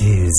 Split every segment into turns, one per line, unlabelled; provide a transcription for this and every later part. This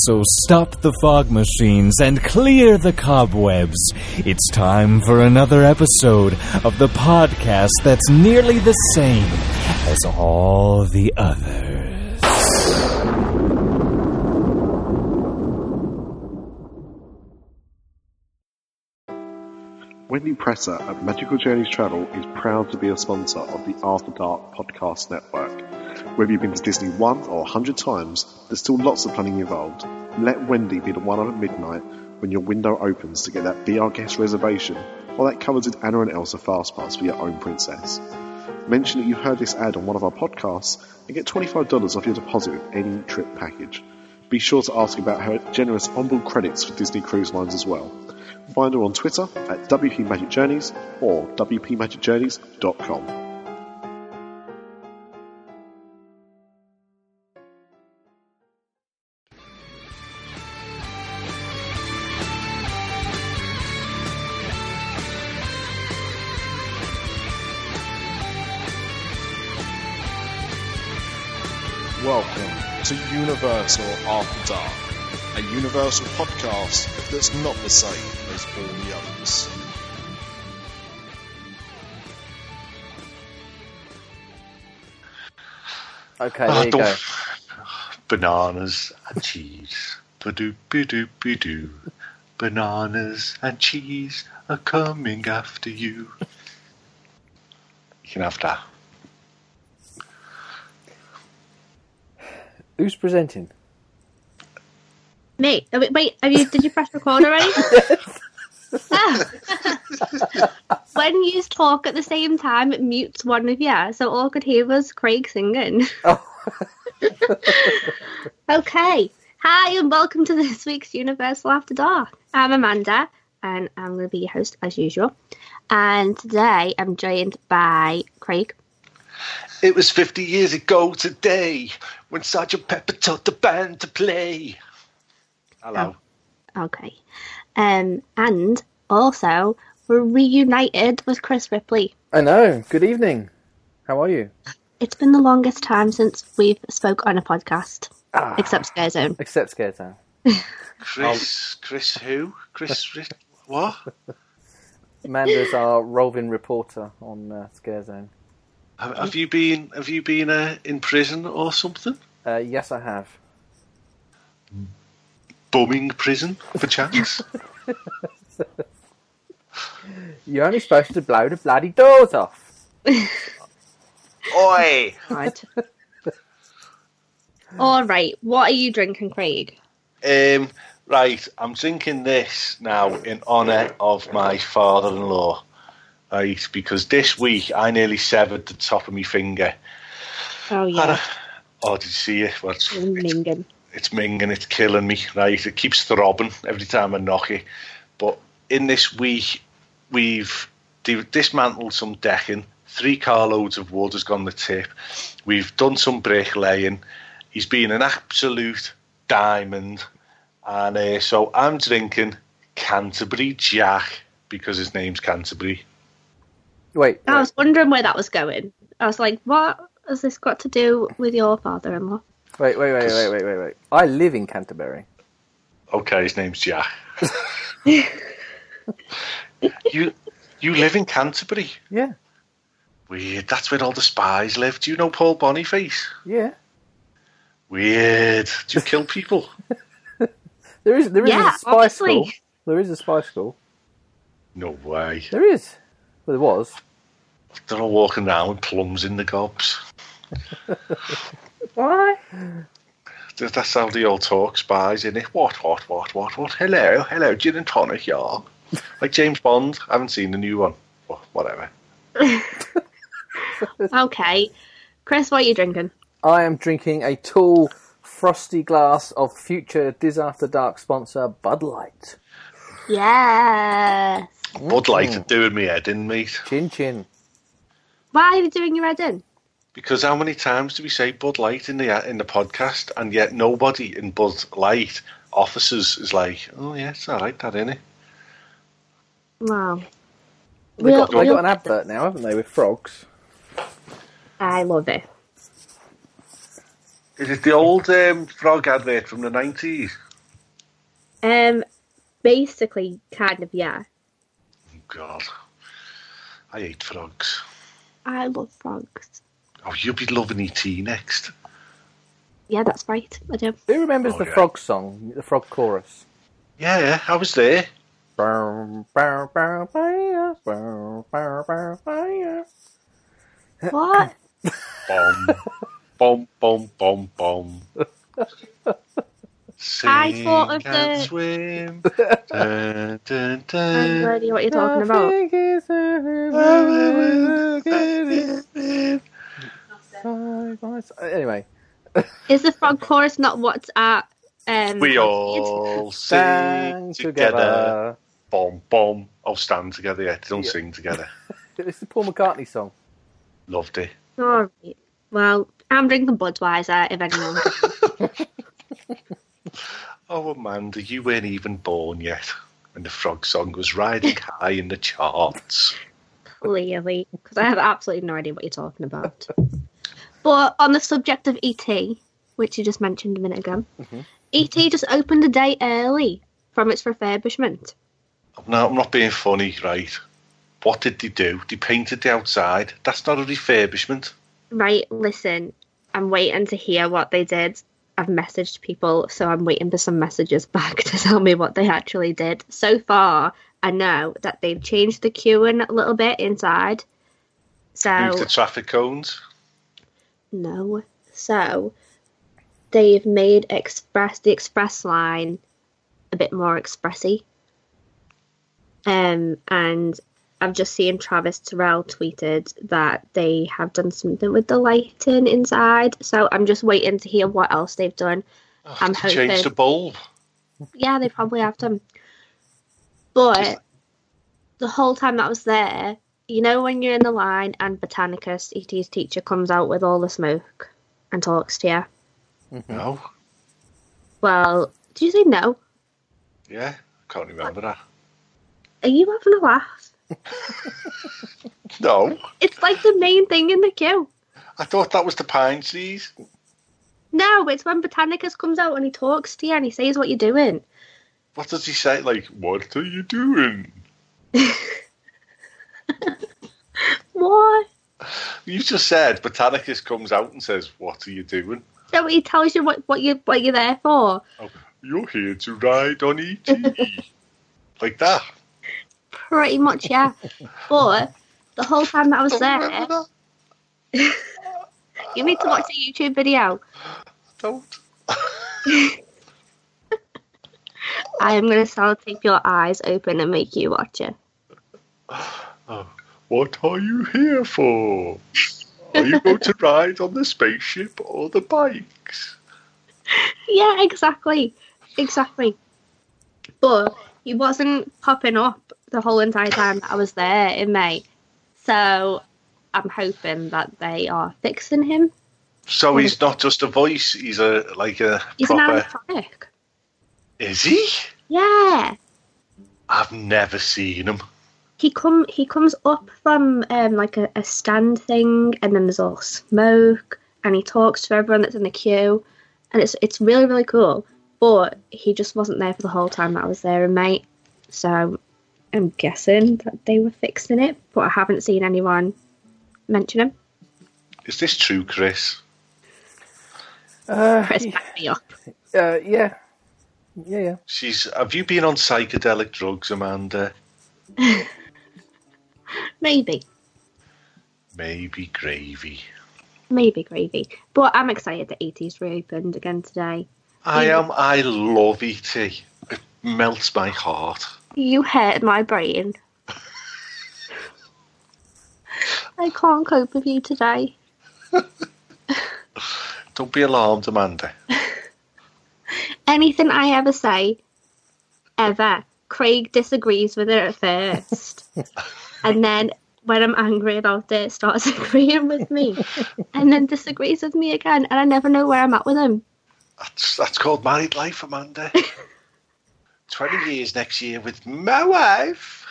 So stop the fog machines and clear the cobwebs. It's time for another episode of the podcast that's nearly the same as all the others.
Wendy Presser at Magical Journeys Travel is proud to be a sponsor of the After Dark Podcast Network. Whether you've been to Disney one or a hundred times, there's still lots of planning involved. Let Wendy be the one up at midnight when your window opens to get that Be Our Guest reservation or that coveted Anna and Elsa Fast Pass for your own princess. Mention that you heard this ad on one of our podcasts and get $25 off your deposit with any trip package. Be sure to ask about her generous onboard credits for Disney Cruise Lines as well. Find her on Twitter at WP Magic Journeys or WPMagicJourneys.com.
Welcome to Universal After Dark, a Universal podcast that's not the same as all the others.
Ah,
Okay, there you go.
Bananas and cheese. Badoo, badoo, badoo. Bananas and cheese are coming after you. You can have that.
Who's presenting?
Mate, oh, wait, wait, have you did you press record already? Ah. when you talk at the same time, it mutes one of you, so all I could hear was Craig singing.
Oh.
okay, hi and welcome to this week's Universal After Dark. I'm Amanda, and I'm going to be your host as usual. And today I'm joined by Craig.
It was 50 years ago today when Sergeant Pepper taught the band to play. Hello.
Okay, um, and also we're reunited with Chris Ripley.
I know. Good evening. How are you?
It's been the longest time since we've spoke on a podcast,
Ah.
except Scare Zone.
Except Scare Town.
Chris, Chris who? Chris, Ri- what?
Amanda's our roving reporter on uh, Scare Zone.
Have have you been, have you been uh, in prison or something?
Uh, yes, I have.
Bumming prison, perchance?
You're only supposed to blow the bloody doors off.
Oi!
God. All right, what are you drinking, Craig?
Um, right, I'm drinking this now in honour of my father in law. Right, because this week I nearly severed the top of my finger.
Oh
Uh,
yeah,
Oh, did you see it? Well, it's, it's,
minging.
it's minging, it's killing me. Right, it keeps throbbing every time I knock it. But in this week, we've di- dismantled some decking. Three carloads of wood has gone the tip. We've done some bricklaying. He's been an absolute diamond. And uh, so I'm drinking Canterbury Jack because his name's Canterbury.
Wait,
I was wondering where that was going. I was like, what has this got to do with your father-in-law?
wait, wait, wait, wait, wait, wait, wait, wait. I live in Canterbury.
Okay, his name's Jack. you you live in Canterbury?
Yeah,
Weird. That's where all the spies live. Do you know Paul Boniface?
yeah.
Weird. Do you kill people?
There is, there is
Yeah,
a spy
obviously.
school. There is a spy school.
no way.
There is. Well, there was.
They're all walking around with plums in the gobs.
Why?
That- That's how they all talk, spies, in it. What, what, what, what, what? Hello, hello, gin and tonic, y'all. Like James Bond. I haven't seen the new one. Wha- Whatever.
Okay, Chris, what are you drinking?
I am drinking a tall, frosty glass of future Diz After Dark sponsor Bud Light.
Yes.
Bud Light are doing me head in, mate.
Chin chin.
Why are you doing your head in?
Because how many times do we say Bud Light in the uh, in the podcast, and yet nobody in Bud Light offices is like, oh yeah, it's all right, that in it.
Wow.
They got,
We'll-
they got
we'll-
an advert now, haven't they, with frogs?
I love it.
Is it the old um, frog advert from the nineties?
Um, basically, kind of, yeah.
God, I hate frogs.
I love frogs.
Oh, you'll be loving ET next.
Yeah, that's right. I do.
Who remembers
Oh,
the
yeah.
frog song, the frog chorus?
Yeah, yeah, I was there.
Bow, bow, bow, bow, bow, bow, bow, bow.
What?
Bomb, bomb, bomb, bomb, bomb. Sing
I thought of
and
the-
swim. Dun, dun,
I have uh, no
dun.
idea what you're talking about.
Nothing is ever good as- Anyway,
Is the frog chorus not what's at? Um,
We all sing
bang
together.
together.
Bomb, bomb. Oh, stand together. Yeah, they don't
Yeah.
sing together.
It's the Paul McCartney song.
Loved it.
All right. Well, I'm drinking Budweiser. If anyone,
Oh, Amanda, you weren't even born yet. And the frog song was riding high in the charts.
clearly, because I have absolutely no idea what you're talking about. But on the subject of ET, which you just mentioned a minute ago, ET just opened a day early from its refurbishment.
No, I'm not being funny, right? What did they do? They painted the outside. That's not a refurbishment.
Right, listen, I'm waiting to hear what they did. I've messaged people, so I'm waiting for some messages back to tell me what they actually did. So far, I know that they've changed the queuing a little bit inside.
Move
So,
the traffic cones.
no. So, they've made express the express line a bit more expressy. Um, and I've just seen Travis Terrell tweeted that they have done something with the lighting inside. So I'm just waiting to hear what else they've done.
Oh,
I'm
they changed the
hoping-
bulb.
Yeah, they probably have done. But the whole time that I was there, you know, when you're in the line and Botanicus, ET's teacher, comes out with all the smoke and talks to you.
Mm-hmm.
No.
Well, do you say no?
Yeah. I can't remember that.
Are you having a laugh?
No.
It's like the main thing in the queue.
I thought that was the pine trees.
No, it's when Botanicus comes out and he talks to you and he says what you're doing.
What does he say? Like, what are you doing?
What?
You just said Botanicus comes out and says, What are you doing?
So he tells you what, what you what you're there for.
Oh, You're here to ride on ET. like that.
Pretty much, yeah. but the whole time that I was
Don't
there,
remember that.
you need to watch a YouTube video.
Don't.
I am going to sellotape your eyes open and make you watch it.
What are you here for? Are you going to ride on the spaceship or the bikes?
Yeah, exactly. Exactly. But he wasn't popping up the whole entire time that I was there in May. So I'm hoping that they are fixing him.
So he's not just a voice; he's a like a
He's an
proper.
animatronic.
Is he?
Yeah.
I've never seen him.
He come he comes up from um, like a, a stand thing and then there's all smoke and he talks to everyone that's in the queue and it's it's really, really cool. But he just wasn't there for the whole time that I was there and mate. So I'm guessing that they were fixing it, but I haven't seen anyone mention him.
Is this true, Chris?
Uh,
Chris back me up.
uh, yeah. Yeah, yeah.
She's. Have you been on psychedelic drugs, Amanda?
Maybe.
Maybe gravy.
Maybe gravy. But I'm excited that ET's reopened again today.
I am. I love ET. It melts my heart.
You hurt my brain. I can't cope with you today.
Don't be alarmed, Amanda.
Anything I ever say, ever, Craig disagrees with it at first. and then when I'm angry about it, starts agreeing with me and then disagrees with me again. And I never know where I'm at with him.
That's that's called married life, Amanda. Twenty years next year with my wife.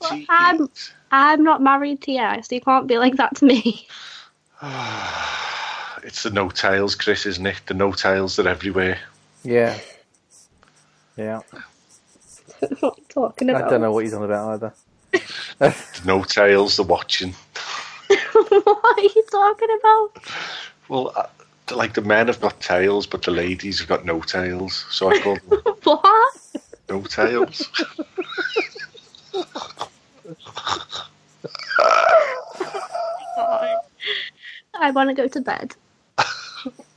Twenty.
I'm-
years.
I'm not married to you, so you can't be like that to me.
It's the no tails, Chris, isn't it? The no tails are everywhere.
Yeah. Yeah.
what I'm talking about.
I don't know what he's on about either.
The no tails, the watching.
what are you talking about?
Well, uh, the- like the men have got tails, but the ladies have got no tails. So I call them
What?
no tails.
I want to go to bed.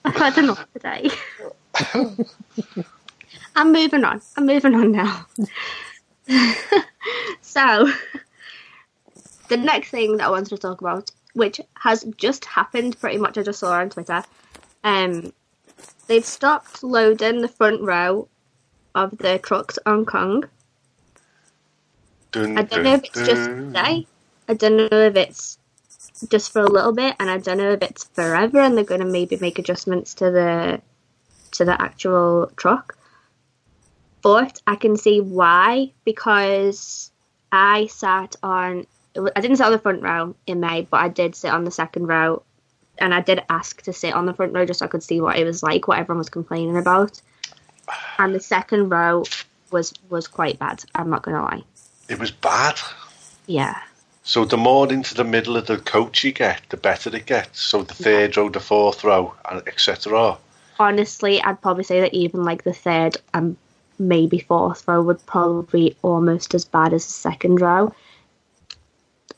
I've had enough today. I'm moving on. I'm moving on now. so, the next thing that I wanted to talk about, which has just happened pretty much, I just saw on Twitter, um, they've stopped loading the front row of the trucks on Kong.
Dun,
I don't know if it's just
dun.
today. I don't know if it's just for a little bit, and I don't know if it's forever. And they're going to maybe make adjustments to the to the actual truck. But I can see why because I sat on. I didn't sit on the front row in May, but I did sit on the second row, and I did ask to sit on the front row just so I could see what it was like, what everyone was complaining about. And the second row was was quite bad. I'm not going to lie.
It was bad.
Yeah.
So the more into the middle of the coach you get, the better it gets. So the third row, the fourth row, and etc.
honestly, I'd probably say that even like the third and maybe fourth row would probably be almost as bad as the second row.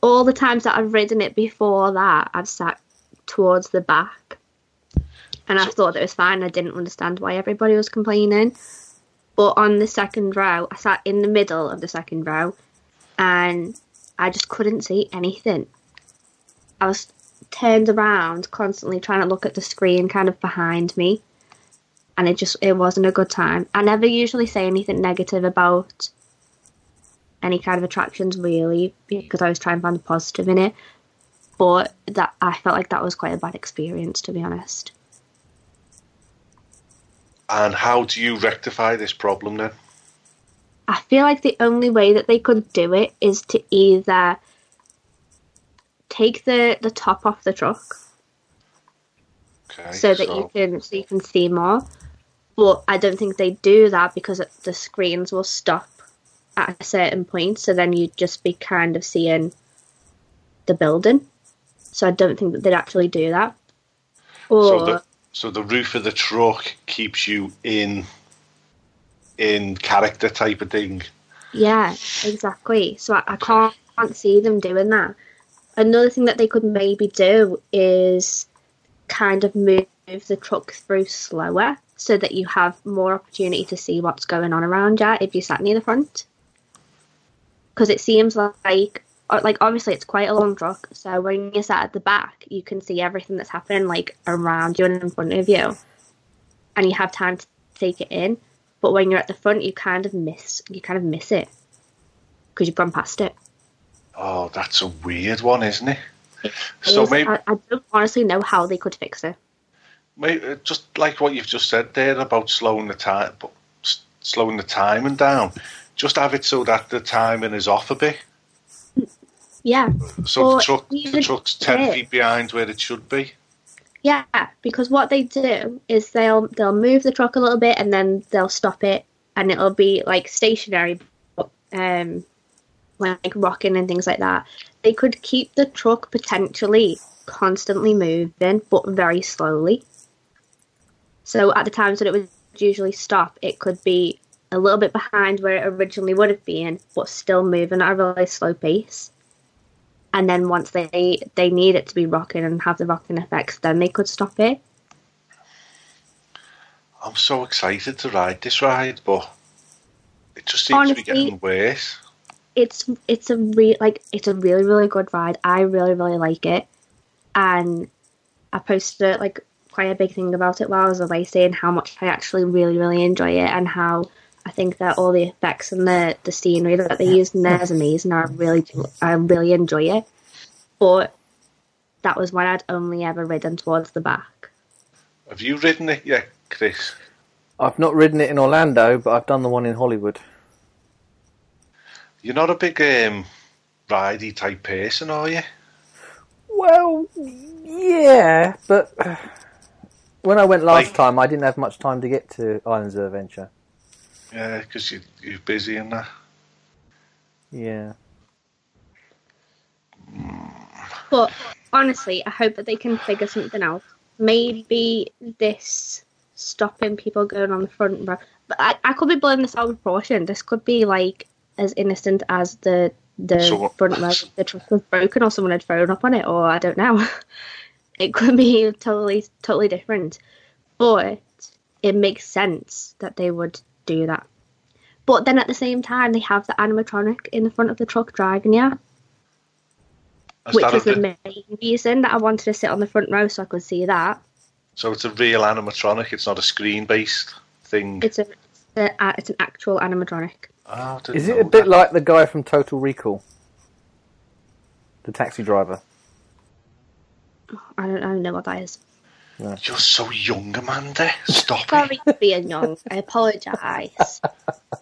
All the times that I've ridden it before that, I've sat towards the back, and I thought it was fine. I didn't understand why everybody was complaining. But on the second row, I sat in the middle of the second row, and I just couldn't see anything. I was turned around constantly trying to look at the screen kind of behind me and it just it wasn't a good time i never usually say anything negative about any kind of attractions really because i always try and find the positive in it but that i felt like that was quite a bad experience to be honest
And how do you rectify this problem then?
I feel like the only way that they could do it is to either take the, the top off the truck
Okay,
so that
Oh.
you can so you can see more. But I don't think they do that because it- the screens will stop at a certain point, so then you'd just be kind of seeing the building. So I don't think that they'd actually do that. Or
so the so the roof of the truck keeps you in in character type of thing.
Yeah, exactly. So I, I can't, can't see them doing that. Another thing that they could maybe do is kind of move the truck through slower so that you have more opportunity to see what's going on around you if you sat near the front. Because it seems like, uh, like obviously it's quite a long truck, so when you're sat at the back, you can see everything that's happening like around you and in front of you, and you have time to take it in but when you're at the front you kind of miss you kind of miss it because you've gone past it
Oh, that's a weird one, isn't it?
It
So
is- Uh,
maybe-
I, I don't honestly know how they could fix it
Mate, uh, just like what you've just said there about slowing the time, slowing the timing down. Just have it so that the timing is off a bit.
yeah
So
Or
the truck, the
even
truck's ten
if-
feet behind where it should be.
yeah because what they do is they'll they'll move the truck a little bit and then they'll stop it and it'll be like stationary but, um like rocking and things like that they could keep the truck potentially constantly moving but very slowly So at the times that it would usually stop, it could be a little bit behind where it originally would have been, but still moving at a really slow pace. And then once they they need it to be rocking and have the rocking effects, then they could stop it.
I'm so excited to ride this ride, but it just seems to be
Honestly-
getting worse.
It's it's a re- like it's a really really good ride. I really really like it, and I posted like quite a big thing about it while I was away, saying how much I actually really really enjoy it and how I think that all the effects and the, the scenery that they used in there is amazing. I really do, I really enjoy it. But that was when I'd only ever ridden towards the back.
Have you ridden it yet, Chris?
I've not ridden it in Orlando, but I've done the one in Hollywood.
You're not a big um, ridey type person, are you?
Well, yeah, but uh, when I went last
Like-
time, I didn't have much time to get to Islands of Adventure.
Yeah, because you, you're busy and that.
Yeah.
But honestly, I hope that they can figure something out. Maybe this stopping people going on the front row. But I, I could be blowing this out of proportion. This could be like as innocent as the the
So what-
front row. The truck was broken, or someone had thrown up on it, or I don't know. It could be totally totally different. But it makes sense that they would do that. But then at the same time, they have the animatronic in the front of the truck driving you
Has
which
that
was
a re-
the main reason that I wanted to sit on the front row so I could see that.
so it's a real animatronic. It's not a screen-based thing.
It's a, it's, a, uh, it's an actual animatronic.
Oh, I didn't
Is it
know
a bit
that.
like the guy from Total Recall? The taxi driver.
I don't, I don't know what that is.
You're so young, Amanda. Stop it.
Sorry for being young. I apologise.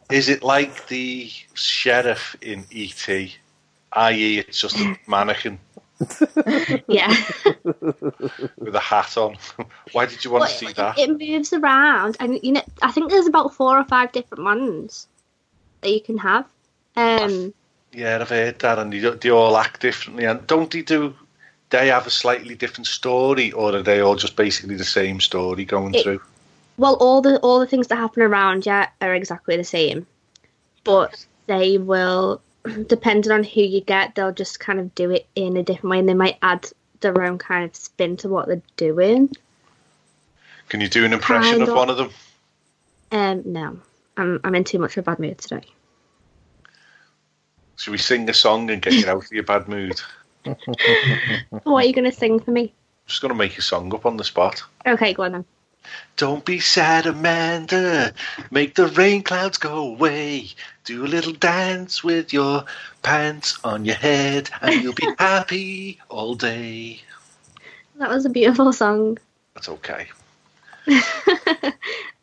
Is it like the sheriff in E ET? I.e., E, it's just a mannequin
yeah,
with a hat on. Why did you want
but
to see
it,
that?
it moves around, and you know I think there's about four or five different ones that you can have. Um,
Yeah, I've heard that, and they, they all act differently. And don't they do? They have a slightly different story, or are they all just basically the same story going
It-
through?
well, all the all the things that happen around you are exactly the same, but they will, depending on who you get, they'll just kind of do it in a different way, and they might add their own kind of spin to what they're doing.
Can you do an impression
kind
of
of-
one of them?
Um, no, I'm I'm in too much of a bad mood today.
Should we sing a song and get you out of your bad mood?
What are you gonna sing for me?
I'm just going to make a song up on the spot.
Okay, go on then.
Don't be sad, Amanda. Make the rain clouds go away. Do a little dance with your pants on your head, and you'll be happy all day.
That was a beautiful song.
That's okay.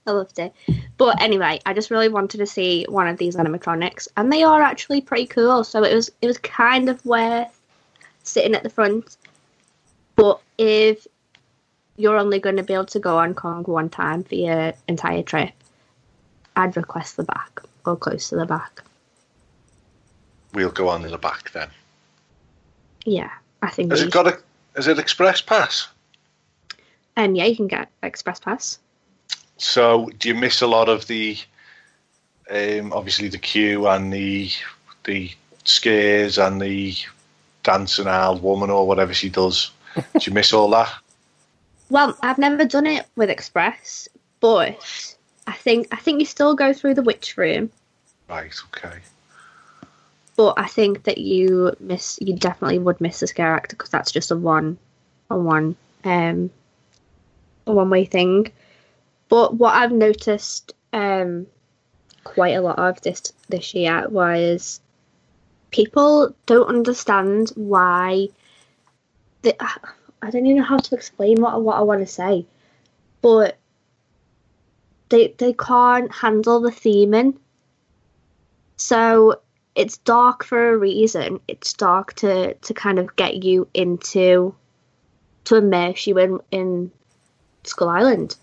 I loved it. But anyway, I just really wanted to see one of these animatronics, and they are actually pretty cool. So it was it was kind of worth sitting at the front. But if you're only going to be able to go on Kong one time for your entire trip, I'd request the back or close to the back.
We'll go on in the back then.
Yeah, I think.
Has
we-
it got a? Is it express pass?
um, yeah, you can get express pass.
So do you miss a lot of the, um, obviously the queue and the the scares and the dancing old woman or whatever she does? do you miss all that?
Well, I've never done it with express, but I think I think you still go through the witch room.
Right. Okay.
but I think that you miss you definitely would miss the scare actor because that's just a one a one um a one way thing. But what I've noticed um quite a lot of this this year was people don't understand why the I don't even know how to explain what what I want to say, but they they can't handle the theming. So it's dark for a reason. It's dark to to kind of get you into to immerse you in in Skull Island.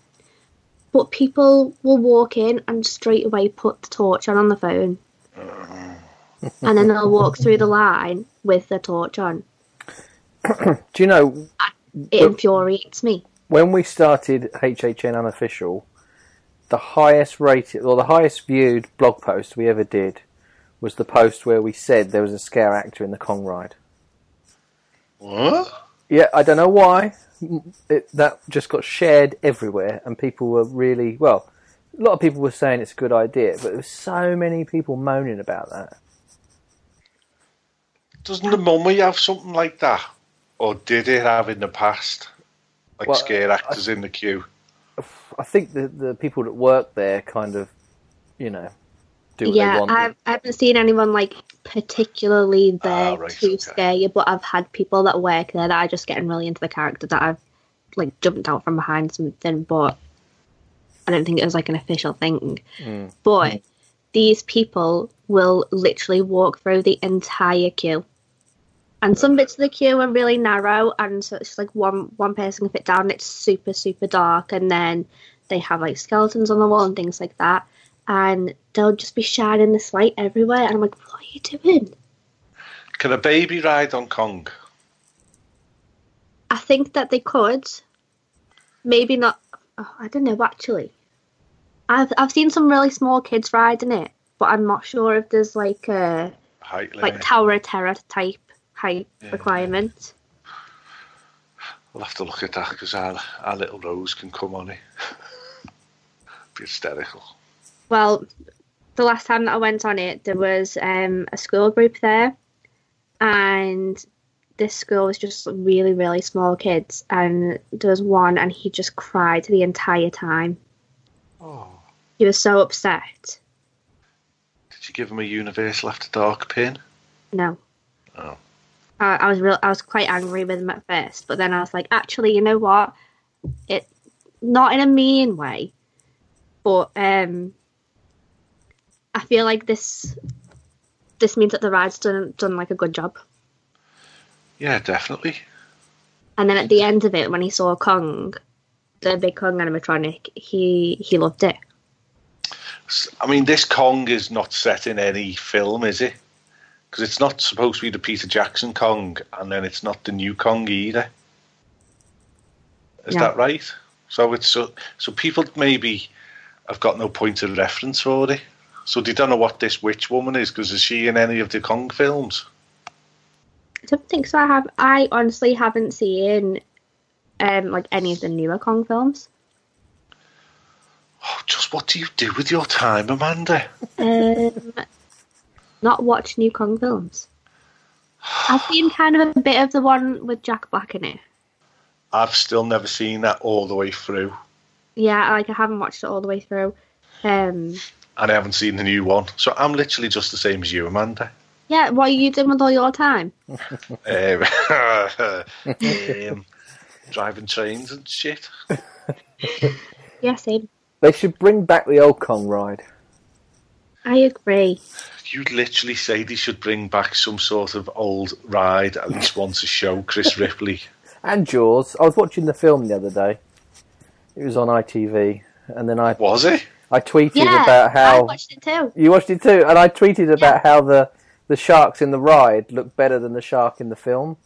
But people will walk in and straight away put the torch on on the phone, and then they'll walk through the line with the torch on.
Do you know
It infuriates me.
when we started HHN unofficial, the highest rated or the highest viewed blog post we ever did was the post where we said there was a scare actor in the Kong ride.
What?
Yeah, I don't know why. It, that just got shared everywhere, and people were really well. A lot of people were saying it's a good idea, but there were so many people moaning about that.
Doesn't the mummy have something like that? Or did it have in the past? Like
Well,
scare actors in the queue?
I think the the people that work there kind of, you know, do what they
yeah,
want.
I, I haven't seen anyone like particularly there
Ah, right,
to
okay.
scare you, but I've had people that work there that are just getting really into the character that I've like jumped out from behind something, but I don't think it was like an official thing.
Mm.
But these people will literally walk through the entire queue. And some bits of the queue are really narrow, and so it's just like one one person can fit down. It's super super dark, and then they have like skeletons on the wall and things like that. And they'll just be shining this light everywhere, and I'm like, what are you doing?
Can a baby ride on Kong?
I think that they could, maybe not. Oh, I don't know actually. I've I've seen some really small kids riding it, but I'm not sure if there's like a
Height limit.
like Tower of Terror type height requirement.
We'll have to look at that because our, our little Rose can come on it. Be hysterical.
Well, the last time that I went on it, there was um, a school group there, and this school was just really, really small kids. And there was one, and he just cried the entire time. He was so upset.
Did you give him a Universal After Dark pin?
No.
Oh.
I, I was real. I was quite angry with him at first, but then I was like, actually, you know what? It not in a mean way, but um, I feel like this this means that the ride's done done like a good job.
Yeah, definitely.
And then at the end of it, when he saw Kong, the big Kong animatronic, he he loved it.
S- I mean, this Kong is not set in any film, is it? Because it's not supposed to be the Peter Jackson Kong, and then it's not the new Kong either. Is
No.
that right? So it's so, so people maybe have got no point of reference for it. So they don't know what this witch woman is because is she in any of the Kong films?
I don't think so. I have. I honestly haven't seen um like any of the newer Kong films.
Oh, just what do you do with your time, Amanda?
um, not watch new Kong films. I've seen kind of a bit of the one with Jack Black in it.
I've still never seen that all the way through,
Yeah, like I haven't watched it all the way through. Um,
and I haven't seen the new one. So I'm literally just the same as you, Amanda.
yeah, what are you doing with all your time?
Um, um, driving trains and shit.
Yeah, same.
They should bring back the old Kong ride.
I agree.
You literally say they should bring back some sort of old ride at least once a show, Chris Ripley.
And Jaws. I was watching the film the other day. It was on ITV. And then I,
Was it?
I tweeted
Yeah,
about
I
how.
watched it too.
You watched it too? And I tweeted about how the, the sharks in the ride looked better than the shark in the film.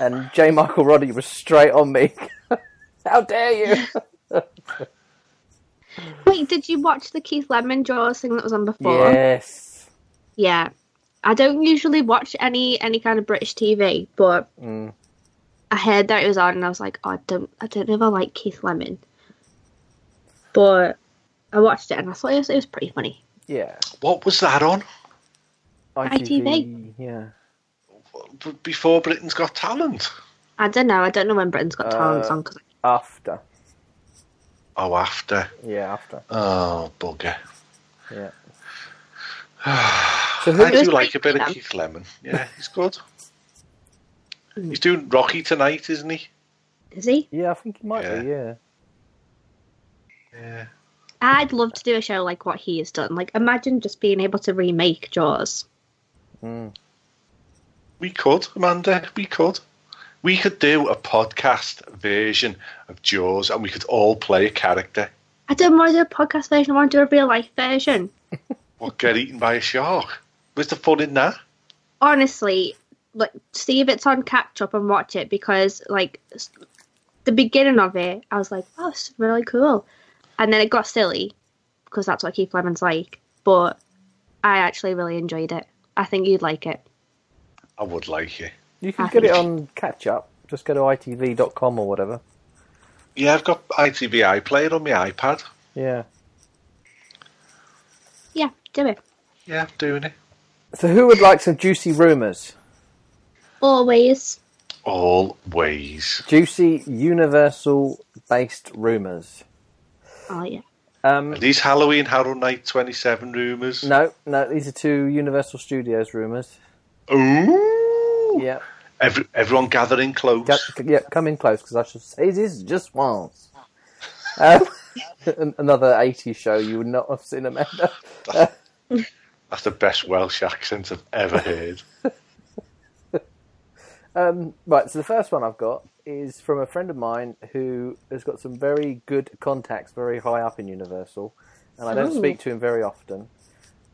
And J. Michael Roddy was straight on me. how dare you?
Wait, did you watch the Keith Lemon Jaws thing that was on before?
yes.
Yeah. I don't usually watch any any kind of British TV, but I heard that it was on, and I was like, oh, I don't, I don't know if I like Keith Lemon, but I watched it and I thought it was, it was pretty funny.
Yeah.
What was that on?
ITV.
Yeah.
B- Before Britain's Got Talent?
I don't know, I don't know when Britain's Got Talent
Uh,
on because
After.
Oh, after.
Yeah, after.
Oh, bugger.
Yeah. so
I
who,
do
was
like
Keith
a bit of
Lemon.
Keith Lemon. Yeah, he's good. He's doing Rocky tonight, isn't he?
is he?
yeah, I think he might be, yeah.
Yeah.
I'd love to do a show like what he has done. Like, imagine just being able to remake Jaws.
We could, Amanda. We could. We could do a podcast version of Jaws, and we could all play a character.
I don't want to do a podcast version. I want to do a real life version.
What get eaten by a shark? Where's the fun in that?
honestly, like see if it's on catch up and watch it because like s- the beginning of it, I was like, "Oh, it's really cool," and then it got silly because that's what Keith Lemon's like. But I actually really enjoyed it. I think you'd like it.
I would like it.
You can
I
get it
think-
on catch up. Just go to itv.com or whatever.
Yeah, I've got ITV iPlayer on my iPad.
Yeah.
Yeah, do it
Yeah, I'm doing it.
So who would like some juicy rumours?
always.
Always.
Juicy universal based rumours.
Oh yeah,
Um,
Are these Halloween Harrow Night 27 rumours?
no, no, these are two Universal Studios rumours.
Ooh!
Yeah,
Every, everyone gathering close.
Go- yeah, come in close because I should say this just once. Um, an- another 80s show you would not have seen, Amanda.
That's the best Welsh accent I've ever heard.
Right, so the first one I've got is from a friend of mine who has got some very good contacts very high up in Universal, and I don't
Ooh.
speak to him very often.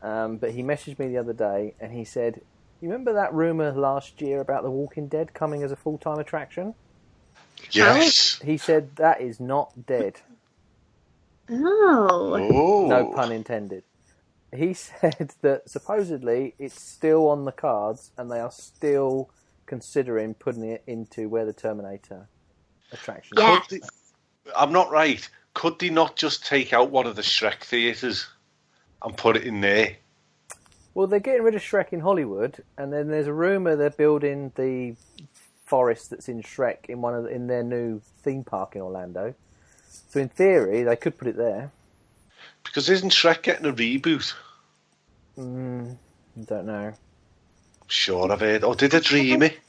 Um, but he messaged me the other day and he said, You remember that rumour last year about The Walking Dead coming as a full time attraction?
Yes.
He said, That is not dead.
Oh.
Oh.
No pun intended. He said that supposedly it's still on the cards and they are still considering putting it into where the Terminator attraction
Yeah.
Could they- I'm not right. Could they not just take out one of the Shrek theatres and put it in there?
Well, they're getting rid of Shrek in Hollywood, and then there's a rumor they're building the forest that's in Shrek in one of the, in their new theme park in Orlando. So in theory, they could put it there.
Because isn't Shrek getting a reboot?
I don't know.
I'm sure I've heard. Oh, did I dream it?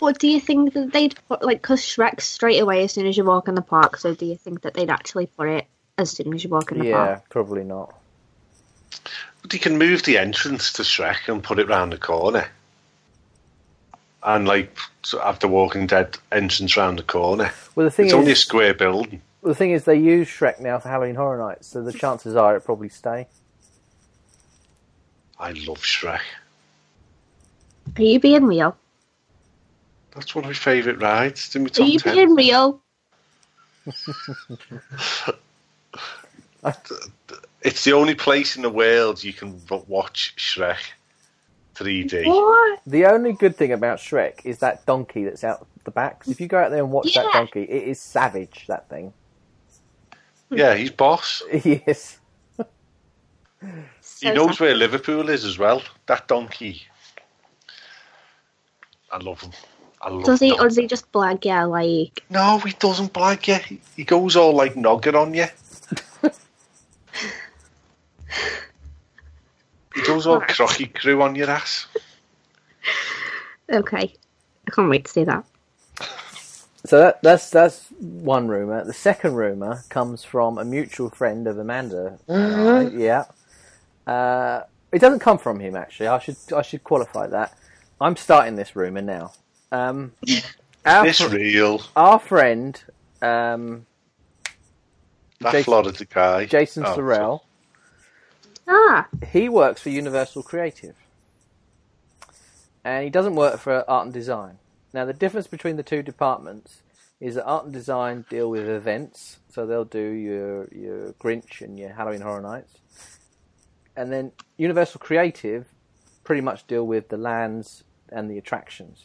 Well, do you think that they'd put, like, because Shrek's straight away as soon as you walk in the park, so do you think that they'd actually put it as soon as you walk in the
yeah,
park?
probably not.
But he can move the entrance to Shrek and put it round the corner. And, like, so have the Walking Dead entrance round the corner.
Well, the thing
It's
is,
only a square building.
the thing is, they use Shrek now for Halloween Horror Nights, so the chances are it probably stay.
I love Shrek.
Are you being real?
That's one of my favourite rides. Didn't we
Are
top
you
10?
being real?
It's the only place in the world you can w- watch Shrek 3D.
What?
The only good thing about Shrek is that donkey that's out the back. 'Cause If you go out there and watch that
Yeah.
donkey, it is savage. That thing.
Yeah, he's boss.
yes.
So
He knows
sad.
where Liverpool is as well. That donkey. I love him. I love
Does he, or
donkeys.
does he just blag you, like,
No, he doesn't blag you. He- He goes all like noggin on you. he goes all crocky crew on your ass.
okay, I can't wait to see that.
So that, that's that's one rumor. The second rumor comes from a mutual friend of Amanda. Uh, yeah, uh, it doesn't come from him actually. I should I should qualify that. I'm starting this rumor now. Um, our,
This
fr-
real.
our friend um,
That
Jason-
Florida guy.
Jason
Oh,
Sorrell,
Ah,
he works for Universal Creative, and he doesn't work for Art and Design. Now the difference between the two departments is that art and design deal with events, so they'll do your your Grinch and your Halloween Horror Nights, and then Universal Creative pretty much deal with the lands and the attractions.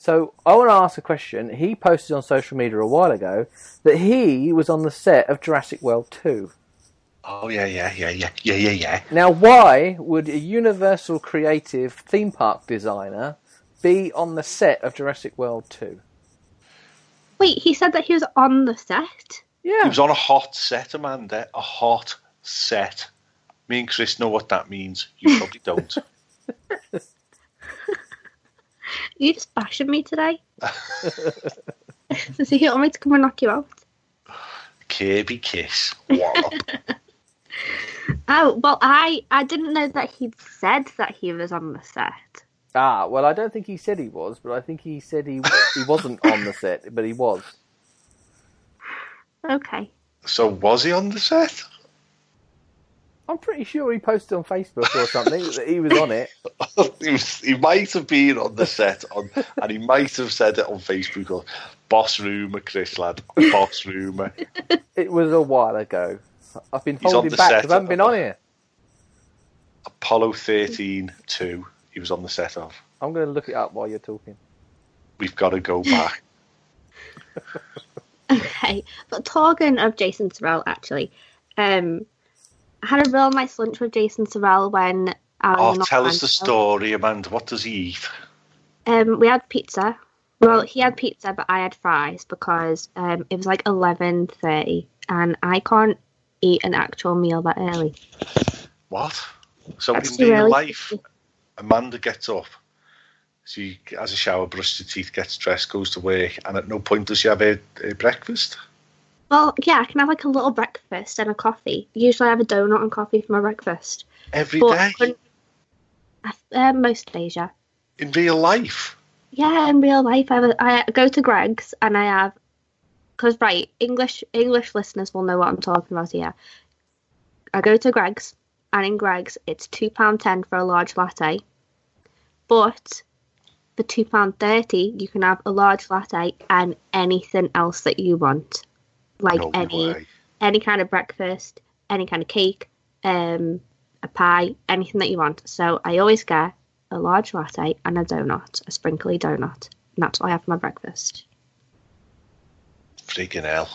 So I want to ask a question. He posted on social media a while ago that he was on the set of Jurassic World Two.
Oh yeah, yeah, yeah, yeah, yeah, yeah, yeah.
Now, why would a Universal Creative theme park designer be on the set of Jurassic World 2?
wait, he said that he was on the set?
He
Yeah.
was on a hot set, Amanda. A hot set. Me and Chris know what that means. You probably don't.
Are you just bashing me today? Does he want me to come and knock you out?
Kirby kiss. Wallop.
Oh, well, I, I didn't know that he'd said that he was on the set.
Ah, well, I don't think he said he was, but I think he said he, he wasn't on the set, but he was.
Okay.
so was he on the set?
I'm pretty sure he posted on Facebook or something that he was on it.
he, was, he might have been on the set on, and he might have said it on Facebook or boss rumor, Chris lad, boss rumor.
It was a while ago. I've been
on
holding
the
back
set
because I haven't
of-
been on here.
Apollo 13 2, he was on the set of.
I'm going to look it up while you're talking.
We've got to go back.
Okay. But talking of Jason Sorrell, actually, um, I had a real nice lunch with Jason Sorrell when I was
Oh,
in
tell us
Orlando.
the story, Amanda. What does he eat?
Um, we had pizza. Well, he had pizza, but I had fries because um, it was like eleven thirty, and I can't eat an actual meal that early.
What? So
That's
in real
really
life,
spooky.
Amanda gets up. She has a shower, brushes her teeth, gets dressed, goes to work, and at no point does she have a, a breakfast.
Well, yeah, I can have like a little breakfast and a coffee. Usually, I have a donut and coffee for my breakfast.
every day
But I couldn't- I th- uh, most days, yeah.
in real life.
Yeah, in real life, I, have a, I go to Greg's and I have because right, English English listeners will know what I'm talking about here. I go to Greg's, and in Greg's, it's two pound ten for a large latte, but for two pound thirty, you can have a large latte and anything else that you want, like
no
any
way.
any kind of breakfast, any kind of cake, um, a pie, anything that you want. So I always get a large latte and a donut, a sprinkly donut. And that's what I have for my breakfast.
Freaking hell.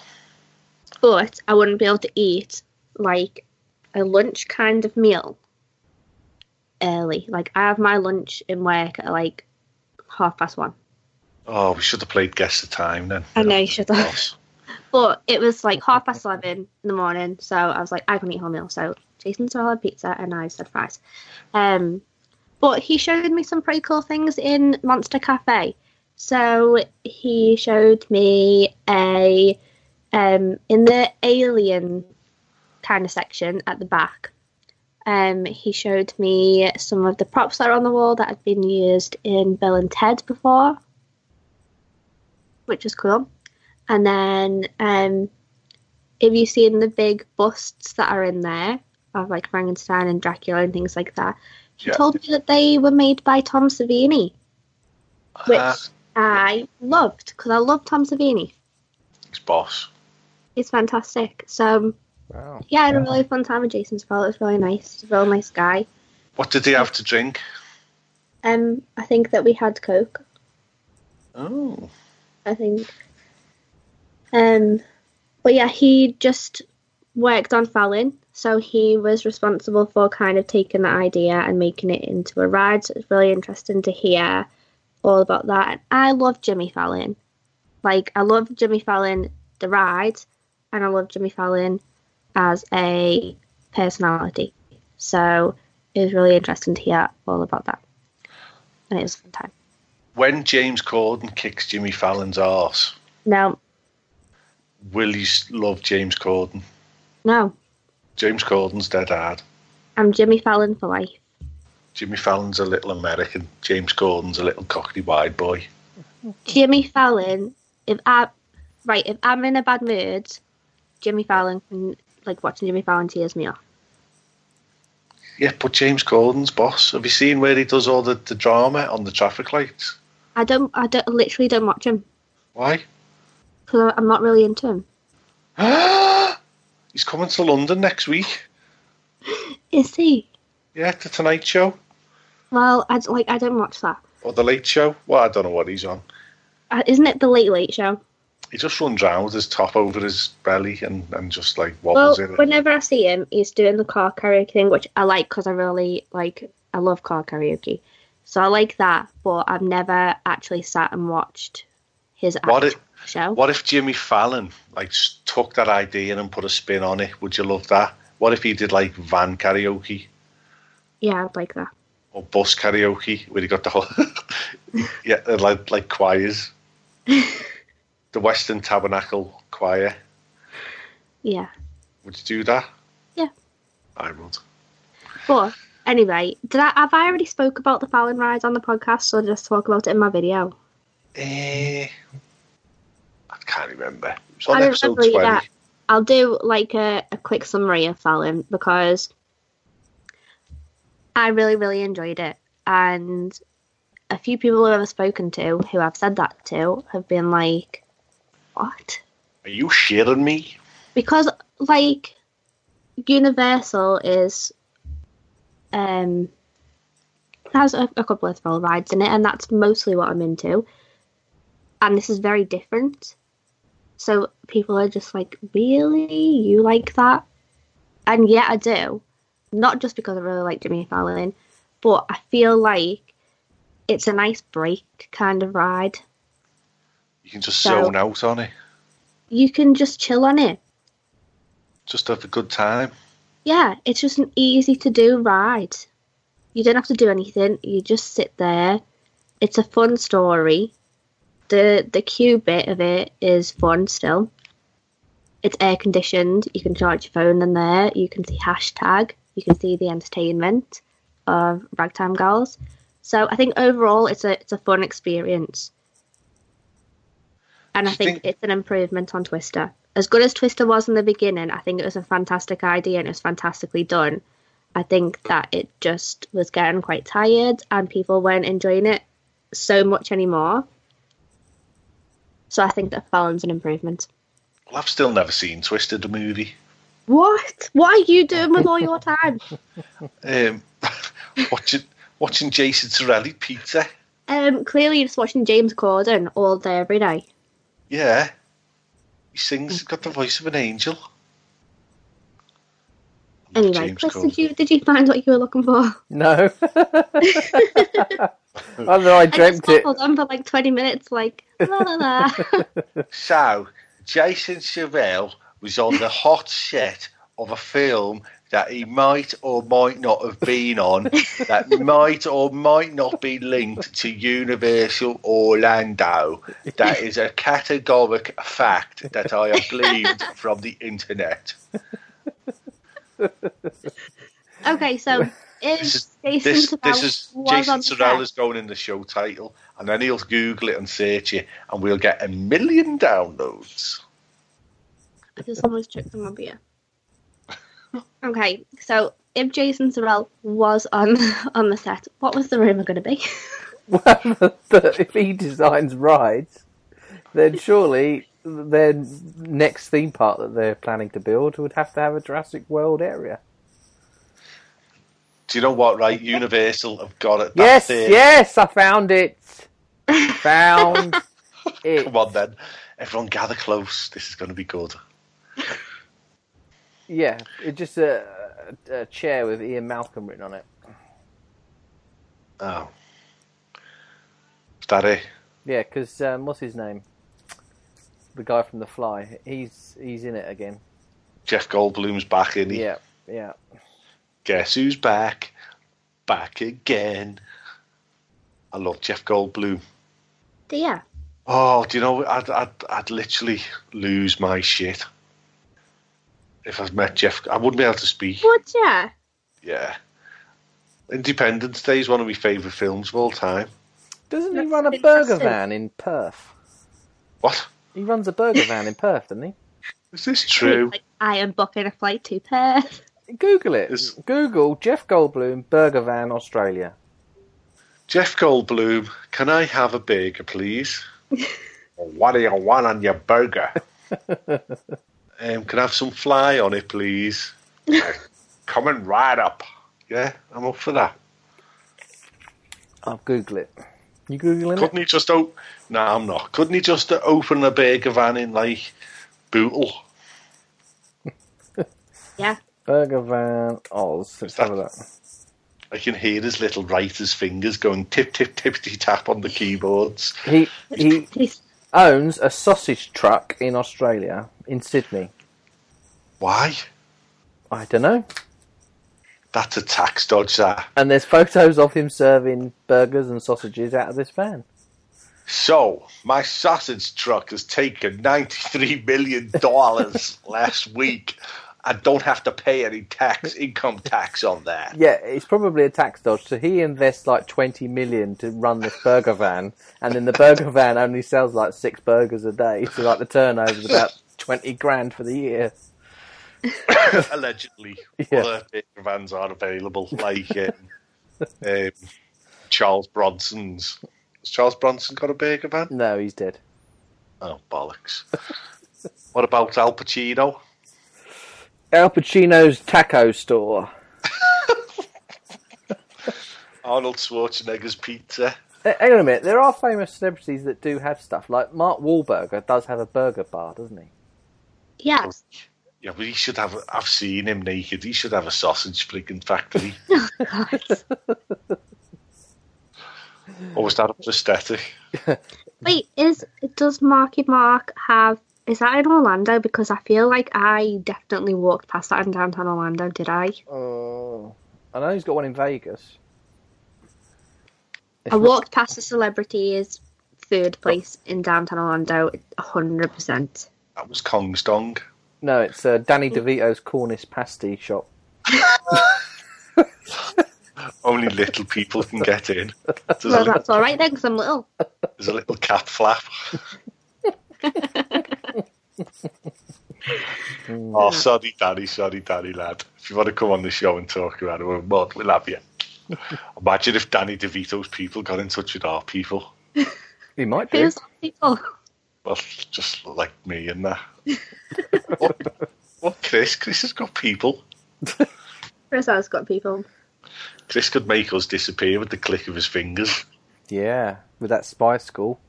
But I wouldn't be able to eat like a lunch kind of meal early. Like I have my lunch in work at like half past one.
Oh, we should have played Guess the Time then.
I know, you should have.
Else.
But it was like half past eleven in the morning, so I was like, I can eat whole meal. So Jason saw a pizza, and I said fries. Um, but he showed me some pretty cool things in Monster Cafe. So he showed me a um in the alien kind of section at the back. Um, he showed me some of the props that are on the wall that had been used in Bill and Ted before, which is cool. And then um, if you see in the big busts that are in there of like Frankenstein and Dracula and things like that, he
Yeah.
told me that they were made by Tom Savini, which
Ah,
I loved because I love Tom Savini.
it's boss.
He's fantastic. So
Wow.
yeah, I had a really fun time with Jason Sproul. It was really nice. He's a real nice guy.
What did he have to drink?
Um, I think that we had Coke.
Oh,
I think. Um, but yeah, he just worked on Fallon, so he was responsible for kind of taking that idea and making it into a ride. So it's really interesting to hear all about that. And I love Jimmy Fallon. Like I love Jimmy Fallon the ride, and I love Jimmy Fallon as a personality. So it was really interesting to hear all about that, and it was a fun time.
when James Corden kicks Jimmy Fallon's arse,
No,
will you s- love James Corden?
no,
James Corden's dead hard.
I'm Jimmy Fallon for life.
Jimmy Fallon's a little American. James Corden's a little cockney wide boy.
Jimmy Fallon. If I right, if I'm in a bad mood, Jimmy Fallon can like watching Jimmy Fallon tears me off.
Yeah, but James Corden's boss. Have you seen where he does all the, the drama on the traffic lights?
I don't, I don't, I literally don't watch him
Why?
because I'm not really into him.
He's coming to London next week.
Is he?
Yeah, the Tonight Show
Well, I d- like, I don't watch that.
or the Late Show. Well, I don't know what he's on.
Uh, isn't it the Late Late Show?
He just runs round with his top over his belly and, and just like
Well,
wobbles in it.
whenever I see him, he's doing the car karaoke thing, which I like because I really like, I love car karaoke, so I like that. But I've never actually sat and watched his
What
actual
it-
show.
What if Jimmy Fallon like s- took that idea and put a spin on it? Would you love that? What if he did like van karaoke
Yeah, I'd like that.
or bus karaoke where he got the whole yeah they're like like choirs, the Western Tabernacle Choir?
Yeah.
Would you do that?
Yeah.
I would.
But anyway, did I have I already spoke about the Fallon ride on the podcast, or did I just talk about it in my video?
Eh, I can't remember. It was on
I don't
episode
remember
20.
that. I'll do like a, a quick summary of Fallon because I really, really enjoyed it. And a few people who I've spoken to who I've said that to have been like, What?
Are you shitting me?
because like Universal is um has a, a couple of thrill rides in it, and that's mostly what I'm into. And this is very different. So people are just like, really, you like that? And yeah, I do. Not just because I really like Jimmy Fallon, but I feel like it's a nice break kind of ride.
You can just
So-
zone out on it.
You can just chill on it.
Just have a good time.
Yeah, it's just an easy to do ride. You don't have to do anything. You just sit there. It's a fun story. The the queue bit of it is fun still. It's air conditioned. You can charge your phone in there. You can see hashtag. You can see the entertainment of ragtime girls. So I think overall it's a it's a fun experience. And I
Do you
think,
think-
it's an improvement on Twister. As good as Twister was in the beginning, I think it was a fantastic idea and it was fantastically done. I think that it just was getting quite tired and people weren't enjoying it so much anymore. So I think that Fallon's an improvement.
Well, I've still never seen Twisted the movie.
What? What are you doing with all your time?
Um, watching watching Jason Torelli pizza.
Um, clearly you're just watching James Corden all day every day.
Yeah, he sings. He's got the voice of an angel. I love
Anyway,
James
Chris,
Corden.
did you did you find what you were looking for?
No. Although I
I just
dreamt it.
waffled on for like twenty minutes, like la la la.
So, Jason Chevelle was on the hot set of a film that he might or might not have been on, that might or might not be linked to Universal Orlando. That is a categoric fact that I have gleaned from the internet.
okay, so
This
is
is
Jason
this, this is
Segel was
Jason
on the
Sorrell
set?
is going in the show title, and then he'll Google it and search it, and we'll get a million downloads.
I just almost choked on my beer. Okay, so if Jason Sorrell was on on the set, what was the rumor going to be?
that if he designs rides, then surely their next theme park that they're planning to build would have to have a Jurassic World area.
Do you know what? Right, Universal have got it. That
yes,
theory.
yes, I found it. Found it.
Come on then, everyone gather close. This is going to be good.
Yeah, it's just a, a chair with Ian Malcolm written on it.
Oh, is that it?
Yeah, because um, what's his name? The guy from The Fly. He's he's in it again.
Jeff Goldblum's back in.
Yeah, yeah.
Guess who's back? Back again. I love Jeff Goldblum.
yeah,
Oh, do you know? I'd, I'd, I'd literally lose my shit if I've met Jeff. I wouldn't be able to speak.
would yeah?
Yeah. Independence Day is one of my favourite films of all time.
Doesn't he
That's
run a
impressive.
burger van in Perth?
What?
He runs a burger van in Perth, doesn't
Is this true?
Like, I am booking a flight to Perth.
he? Google it.
Is-
Google Jeff Goldblum burger van Australia.
Jeff Goldblum, can I have a burger, please? what do you want on your burger? um, can I have some fly on it, please? Coming right up. Yeah, I'm up for that.
I'll Google it. You googling it?
Couldn't he just open? No, I'm not. Couldn't he just open a burger van in like Bootle?
Yeah,
Burger van Oz. Let's have a look.
I can hear his little writer's fingers going tip tip tippity tap on the keyboards.
He he
he's
owns a sausage truck in Australia, in Sydney.
Why?
I don't know.
That's a tax dodge. That
And there's photos of him serving burgers and sausages out of this van.
So, my sausage truck has taken $93 million last week. I don't have to pay any tax, income tax on that.
Yeah, it's probably a tax dodge. So he invests like twenty million to run this burger van, and then the burger van only sells like six burgers a day. So like the turnover is about twenty grand for the year.
Allegedly,
Yeah.
other paper vans are available, like um, um, Charles Bronson's. Has Charles Bronson got a burger van?
No, he's dead.
Oh, bollocks. what about Al Pacino?
Al Pacino's taco store.
Arnold Schwarzenegger's pizza?
Eh, Hang on a minute. There are famous celebrities that do have stuff. Like Mark Wahlberger does have a burger bar, doesn't he?
yeah.
Yeah, but he should have. I've seen him naked. He should have a sausage freaking factory.
God.
Or was that a prosthetic?
Wait, is does Marky Mark have Is that in Orlando? Because I feel like I definitely walked past that in downtown Orlando. Did I?
Oh, I know he's got one in Vegas. It's
I
not-
walked past the celebrities food place in downtown Orlando. hundred percent.
That was Kong's dong.
No, it's uh, Danny DeVito's Cornish pasty shop.
Only little people can get in. There's a
Well,
little,
that's all right then, because I'm little.
there's a little cap flap. oh, sorry, Danny, sorry, Danny, lad. If you want to come on the show and talk about it, we'll, we'll we'll have you. Imagine if Danny DeVito's people got in touch with our people.
He might do.
Who's people?
Well, just like me and that. what, what Chris? Chris has got people.
Chris has got people.
Chris could make us disappear with the click of his fingers.
Yeah, with that spy school.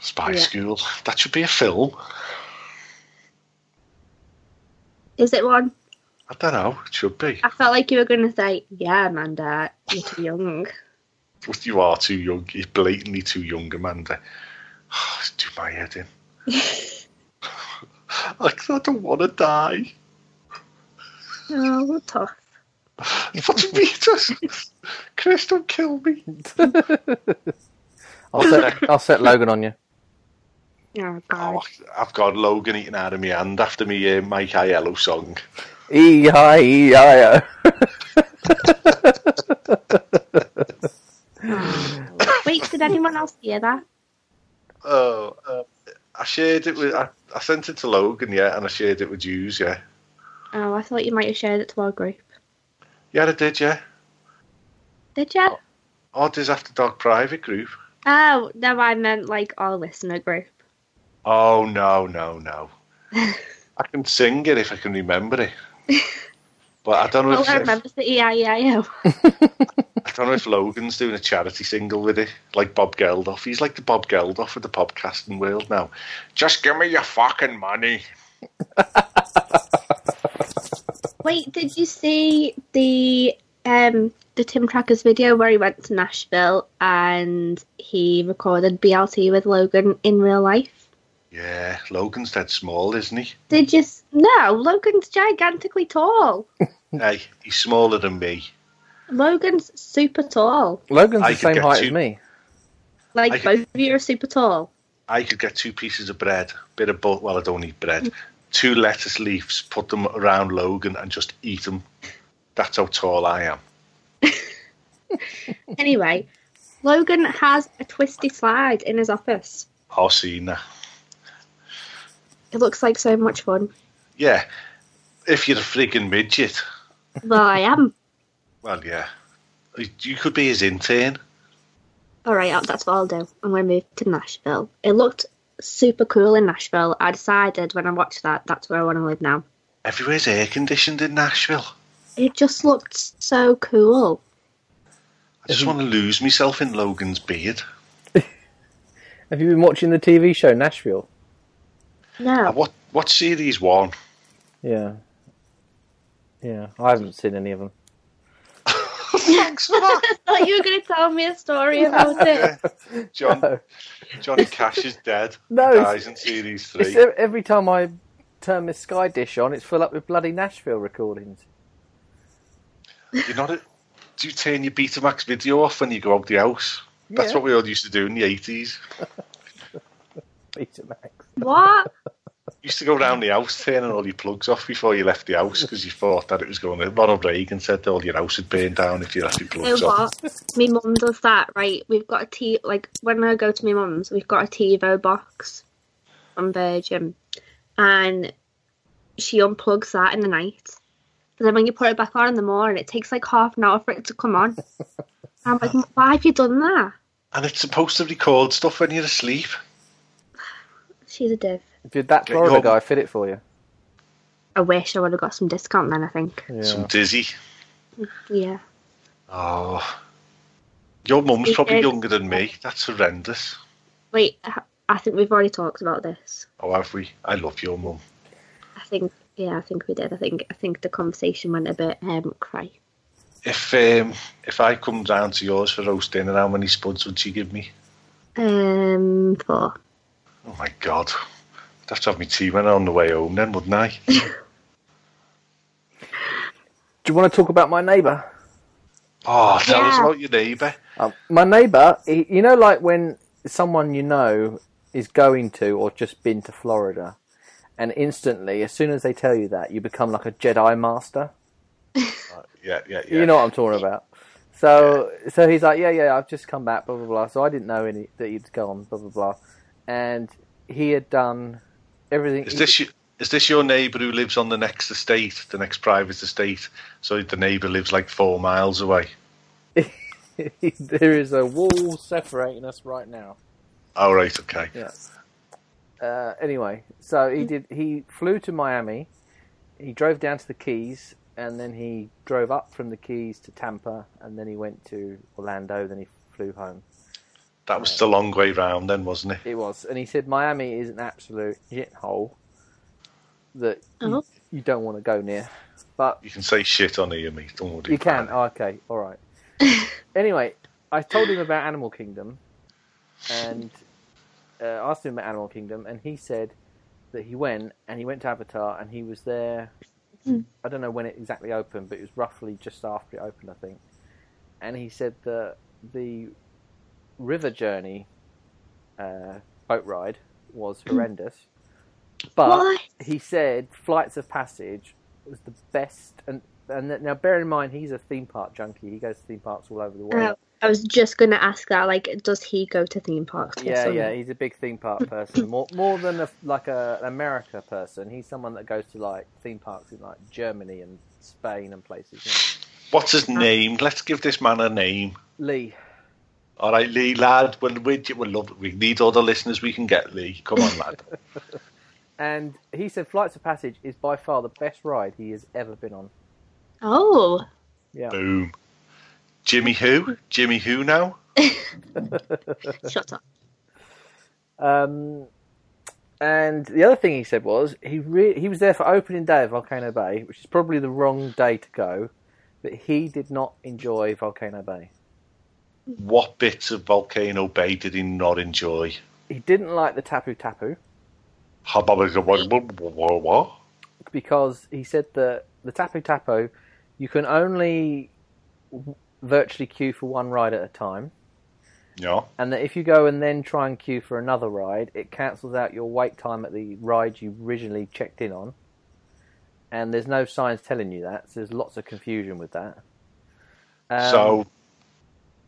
Spy
Yeah.
School. That should be a film.
Is it one?
I don't know. It should be.
I felt like you were going to say, "Yeah, Amanda, you're too young."
But you are too young. You're blatantly too young, Amanda. It's Do my head in. I don't want to die.
oh, what tough.
What do you mean? Just- Chris, don't kill me.
I'll set, I'll set Logan on you.
Oh
Oh,
God.
I've got Logan eating out of my hand after me uh, Mike Aiello song.
E I E I O.
Wait, did anyone else hear that?
Oh, uh, I shared it with. I, I sent it to Logan, yeah, and I shared it with you, yeah.
Oh, I thought you might have shared it to our group.
Yeah, I did, yeah.
Did you?
Odd After Dark private group.
Oh, no, I meant like our listener group.
Oh no, no, no! I can sing it if I can remember it, but I don't know.
Oh,
If,
I remember the EIEIO.
I don't know if Logan's doing a charity single with it, like Bob Geldof. He's like the Bob Geldof of the podcasting world now. Just give me your fucking money.
Wait, did you see the um the Tim Trackers video where he went to Nashville and he recorded BLT with Logan in real life?
Yeah, Logan's dead small, isn't he?
Did you? S- no, Logan's gigantically tall.
hey, he's smaller than me.
Logan's super tall.
Logan's
I
the
could
same
get
height
you.
as me.
Like
I could-
both of you are super tall.
I could get two pieces of bread, bit of but well, I don't eat
Mm.
bread. Two lettuce leaves, put them around Logan, and just eat them. That's how tall I am.
Anyway, Logan has a twisty slide in his office.
I've seen that.
It looks like so much fun.
Yeah, if you're a frigging midget,
Well, I am.
well, yeah, you could be his intern.
All right, that's what I'll do. I'm going to move to Nashville. It looked super cool in Nashville. I decided when I watched that, that's where I want to live now.
Everywhere's air conditioned in Nashville.
It just looked so cool.
I just want to lose myself in Logan's beard.
Have you been watching the TV show Nashville?
Uh,
No,
What what series one?
Yeah. Yeah, I haven't seen any of them.
Thanks for that,
I thought you were going to tell me a story about it.
John. Johnny Cash is dead.
No,
He
it's-
dies in series
It's,
three.
ev- every time I turn this Sky Dish on, it's full up with bloody Nashville recordings.
You're not. A, do you turn your Betamax video off when you go out the house? That's
Yeah.
what we all used to do in the eighties.
Peter Max.
What?
used to go round the house turning all your plugs off before you left the house because you thought that it was going to. Ronald Reagan said that all your house would burn down if you left your
You
plugs
know
off.
what? My mum does that, right? We've got a T, like, when I go to my mum's, we've got a TiVo box on Virgin, and she unplugs that in the night. But then when you put it back on in the morning, it takes like half an hour for it to come on. I'm like, why have you done that?
And it's supposed to record stuff when you're asleep.
She's a div.
If you're that
Yeah,
Florida
you're-
guy, fit it for you.
I wish I would have got some discount then, I think.
Yeah.
Some dizzy.
Yeah.
Oh. Your mum's
It-
probably
it-
younger than me. That's horrendous.
Wait, I- I think we've already talked about this.
Oh, have we? I love your mum.
I think, yeah, I think we did. I think, I think the conversation went a bit um, cry.
If um, if I come down to yours for roast dinner, how many spuds would she give me?
Um, four.
Oh my god. I'd have to have my tea when on the way home then, wouldn't I?
Do you want to talk about my neighbour?
Oh, tell us
Yeah.
about your neighbour.
Um, my neighbour, he- you know, like when someone you know is going to or just been to Florida, and instantly, as soon as they tell you that, you become like a Jedi master.
Yeah, yeah, yeah.
You know what I'm talking about. So, so he's like, yeah, yeah, I've just come back, blah blah blah. So I didn't know any that he'd gone, blah blah blah, and he had done everything.
Is this your, is this your neighbour who lives on the next estate, the next private estate? So the neighbour lives like four miles away.
there is a wall separating us right now.
Oh right, okay.
Yeah. Uh, anyway, so he did. He flew to Miami. He drove down to the Keys, and then he drove up from the Keys to Tampa, and then he went to Orlando. Then he flew home.
That was the long way round then, wasn't it?
It was, and he said Miami is an absolute shithole that you,
Oh.
you don't want to go near. But
You can say shit on here, mate. Don't worry.
you can.
about
Oh, okay, all right. anyway, I told him about Animal Kingdom, and uh, asked him about Animal Kingdom, and he said that he went and he went to Avatar, and he was there. I don't know when it exactly opened, but it was roughly just after it opened, I think. And he said that the river journey uh, boat ride was horrendous, but
What?
he said Flights of Passage was the best. And and th- now bear in mind he's a theme park junkie. He goes to theme parks all over the world.
Oh, I was just going to ask that. Like, does he go to theme parks? or
yeah,
something?
yeah, he's a big theme park person. More more than a, like a an America person. He's someone that goes to like theme parks in like Germany and Spain and places. yeah.
it. What's his
Uh-huh.
name? Let's give this man a name.
Lee,
All right, Lee, lad. Well, we we love. We need all the listeners we can get. Lee, come on, lad.
and he said Flights of Passage is by far the best ride he has ever been on.
Oh,
Yeah.
Boom. Jimmy who? Jimmy who now?
shut up.
Um, and the other thing he said was he re- he was there for opening day of Volcano Bay, which is probably the wrong day to go, but he did not enjoy Volcano Bay.
What bits of Volcano Bay did he not enjoy?
He didn't like the Tapu Tapu
What?
because he said that the Tapu Tapu you can only w- virtually queue for one ride at a time,
Yeah.
and that if you go and then try and queue for another ride, it cancels out your wait time at the ride you originally checked in on. And there's no signs telling you that, so there's lots of confusion with that. Um,
so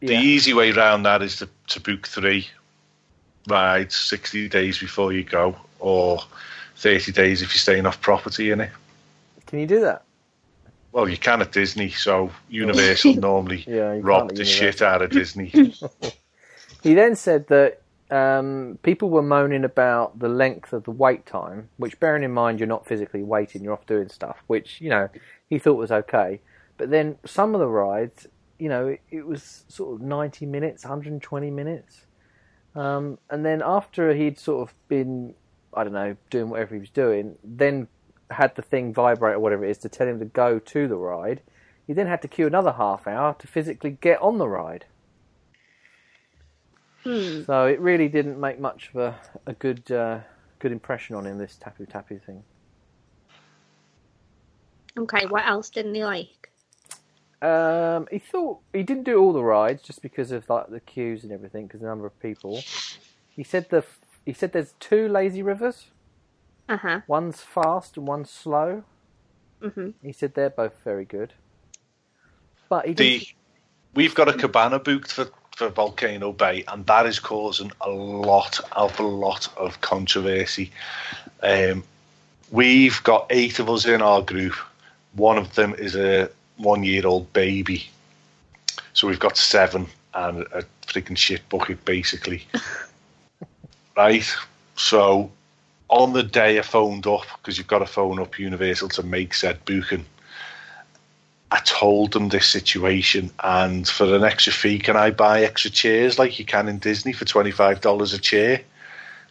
the
yeah.
easy way round that is to, to book three rides 60 days before you go, or 30 days if you're staying off property in it.
Can you do that?
Well, you can at Disney, so Universal normally
Yeah, you
robbed
can't
the
at
shit out of Disney.
He then said that um, people were moaning about the length of the wait time, which, bearing in mind, you're not physically waiting, you're off doing stuff, which, you know, he thought was okay. But then some of the rides, you know, it, it was sort of 90 minutes, 120 minutes. Um, and then after he'd sort of been, I don't know, doing whatever he was doing, then had the thing vibrate or whatever it is to tell him to go to the ride, he then had to queue another half hour to physically get on the ride. So it really didn't make much of a, a good uh, good impression on him. This tapu tapu thing.
Okay, what else didn't he like?
Um, he thought he didn't do all the rides just because of like the queues and everything, because the number of people. He said the he said there's two lazy rivers.
Uh huh.
One's fast and one's slow.
Mhm.
He said they're both very good. But he didn't.
the, we've got a cabana booked for, for Volcano Bay, and that is causing a lot of a lot of controversy. Um, we've got eight of us in our group. One of them is a one-year-old baby, so we've got seven and a freaking shit bucket, basically. right. So on the day I phoned up because you've got to phone up Universal to make said booking. I told them this situation, and for an extra fee, can I buy extra chairs like you can in Disney for twenty five dollars a chair?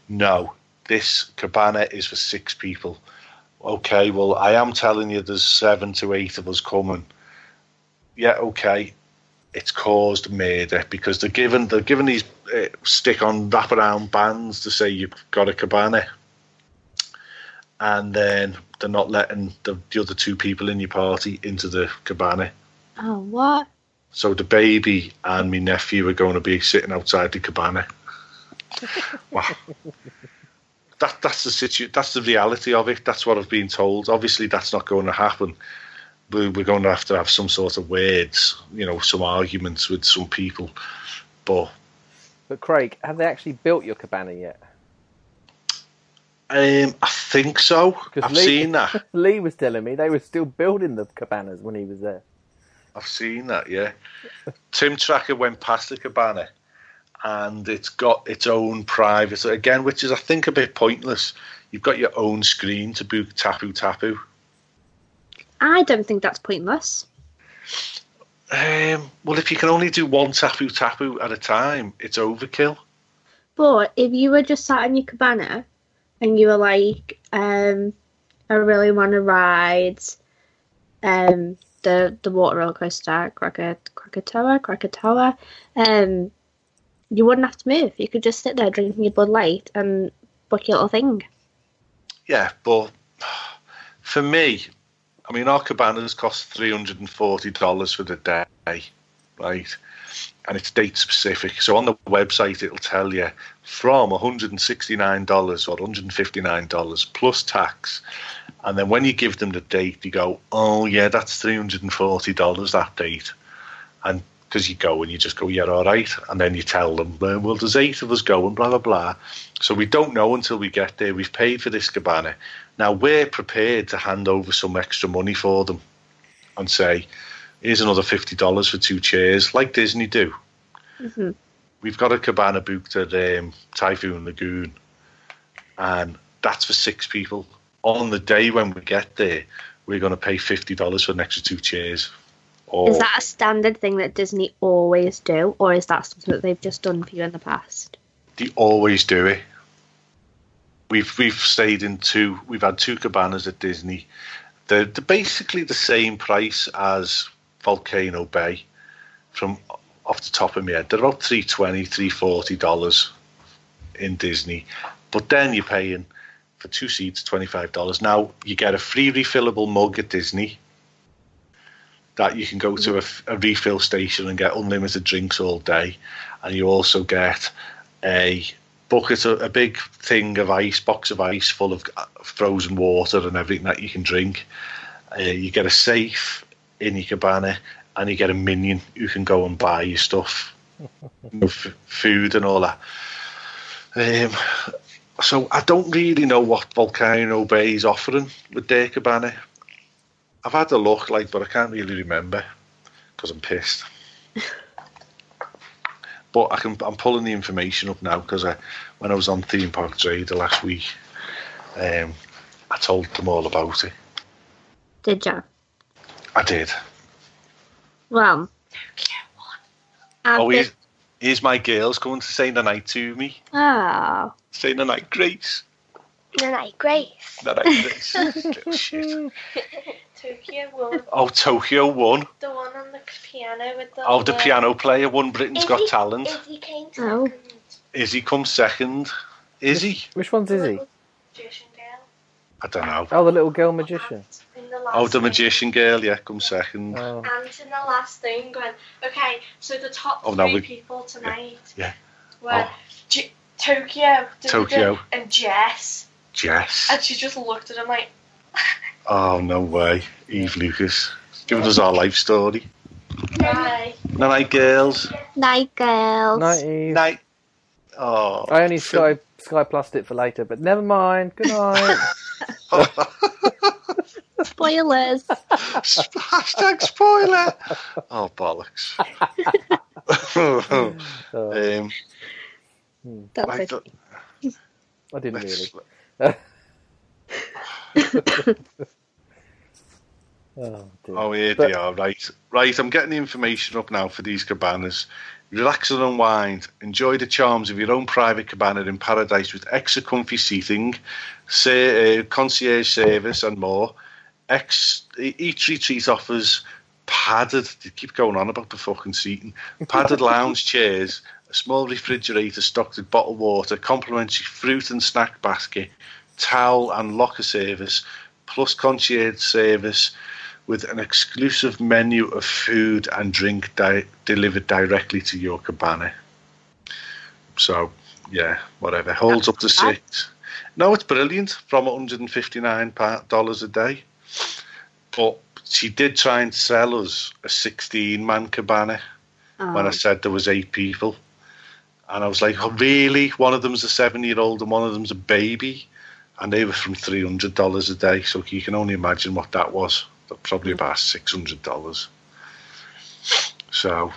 No, this cabana is for six people. Okay, well, I am telling you, there's seven to eight of us coming. Yeah, okay, it's caused murder because they're given they're given these uh, stick on wraparound bands to say you've got a cabana. and then they're not letting the, the other two people in your party into the cabana.
Oh, what?
So the baby and my nephew are going to be sitting outside the cabana. wow. That, that's the situ- That's the reality of it. That's what I've been told. Obviously, that's not going to happen. We're, we're going to have to have some sort of words, you know, some arguments with some people. But
But Craig, have they actually built your cabana yet?
um, I think so.
'Cause
I've
Lee-
seen that.
Lee was telling me they were still building the cabanas when he was there.
I've seen that, yeah. Tim Tracker went past the cabana and it's got its own private again, which is I think a bit pointless. You've got your own screen to book Tapu Tapu.
I don't think that's pointless.
Um, well, if you can only do one Tapu Tapu at a time, it's overkill.
But if you were just sat in your cabana and you were like, um, I really want to ride um, the the water roller coaster, Krakatoa, Krakatoa, Krakatoa, um, you wouldn't have to move. You could just sit there drinking your Bud Light and book your little thing.
Yeah, but for me, I mean, our cabanas cost three hundred and forty dollars for the day, right? And it's date specific. So on the website, it'll tell you from one hundred and sixty nine dollars or one hundred and fifty nine dollars plus tax. And then when you give them the date, you go, "Oh yeah, that's three hundred and forty dollars that date," and because you go and you just go, "Yeah, all right," and then you tell them, "Well, well, there's eight of us going, blah blah blah." So we don't know until we get there. We've paid for this cabana. Now we're prepared to hand over some extra money for them and say, here's another fifty dollars for two chairs, like Disney do.
Mm-hmm.
We've got a cabana booked at um, Typhoon Lagoon, and that's for six people. On the day when we get there, we're going to pay fifty dollars for an extra two chairs. Or
Is that a standard thing that Disney always do, or is that something that they've just done for you in the past?
They always do it. We've we've stayed in two. We've had two cabanas at Disney. They're, they're basically the same price as Volcano Bay. From off the top of my head, they're about three twenty, three forty dollars in Disney. But then you're paying for two seats twenty five dollars. Now you get a free refillable mug at Disney. That you can go to a, f- a refill station and get unlimited drinks all day, and you also get a bucket, a, a big thing of ice, box of ice full of uh, frozen water and everything that you can drink. Uh, you get a safe in your cabana, and you get a minion who can go and buy you stuff, you know, f- food and all that. Um, so I don't really know what Volcano Bay is offering with their cabana. I've had a look, like, but I can't really remember because I'm pissed but I can, I'm pulling the information up now because I, when I was on Theme Park Trader last week, um, I told them all about it.
Did you?
I did.
Well, I've
oh,
been-
here's, here's my girls coming to say the night to me.
oh,
Say the night, Grace.
Nanai Grace.
The night, Grace. Little shit.
Tokyo Wolf,
Oh, Tokyo won.
the one on the piano with the.
Oh, the piano player won Britain's
Izzy-
Got Talent.
Izzy came to
Oh.
Izzy comes second. Is he?
Which one's
the
Izzy?
magician girl
I don't know.
Oh, the little girl magician.
And in the last
Oh, the
thing-
magician girl, yeah, comes second.
Oh.
And in the last thing, when okay, so the top
Oh,
three
no, we-
people tonight
yeah.
were
Oh.
J- Tokyo, duh, duh,
Tokyo.
duh, and Jess,
Jess.
and she just looked at him like,
Oh, no way. Eve Lucas. Giving us our life story.
"Bye."
Night, night, girls.
night girls.
Nighty.
Night. Oh.
I only sky sky plussed it for later, but never mind. Good night.
Spoilers.
Hashtag spoiler. Oh bollocks.
Oh,
um,
That's
like,
it.
I didn't really.
let's-
Oh, dear.
oh here they
But-
are. Right, right. I'm getting the information up now for these cabanas. Relax and unwind. Enjoy the charms of your own private cabana in paradise with extra comfy seating, say, uh, concierge service, and more. Ex- each retreat offers padded. They keep going on about the fucking seating. Padded lounge chairs, a small refrigerator stocked with bottled water, complimentary fruit and snack basket, towel and locker service, plus concierge service, with an exclusive menu of food and drink di- delivered directly to your cabana. So, yeah, whatever. Holds up to six. No, it's brilliant from $159 a day. But she did try and sell us a 16 man cabana when I said there was eight people. And I was like, oh, really? One of them's a seven year old and one of them's a baby. And they were from $300 a day. So you can only imagine what that was. They're Probably about $600. So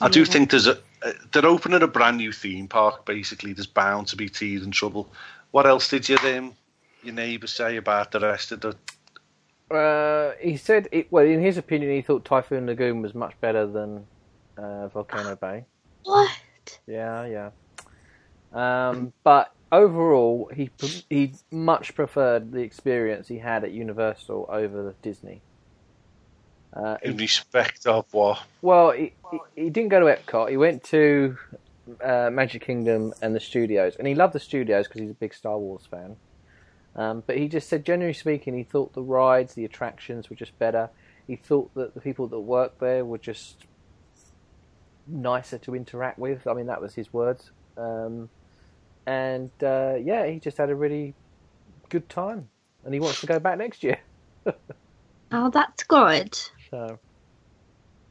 I do think there's a. uh, They're opening a brand new theme park. Basically, there's bound to be tears and trouble. What else did your um, your neighbour say about the rest of the?
Uh, he said, it, well, in his opinion, he thought Typhoon Lagoon was much better than uh, Volcano Bay.
What?
Yeah, yeah. Um, but overall, he pre- he much preferred the experience he had at Universal over Disney. Uh,
In respect of what?
well, he, he, he didn't go to Epcot. He went to uh, Magic Kingdom and the studios, and he loved the studios because he's a big Star Wars fan. Um, but he just said, generally speaking, he thought the rides, the attractions were just better. He thought that the people that worked there were just nicer to interact with. I mean, that was his words. Um, and uh, yeah, he just had a really good time, and he wants to go back next year.
Oh, that's good.
So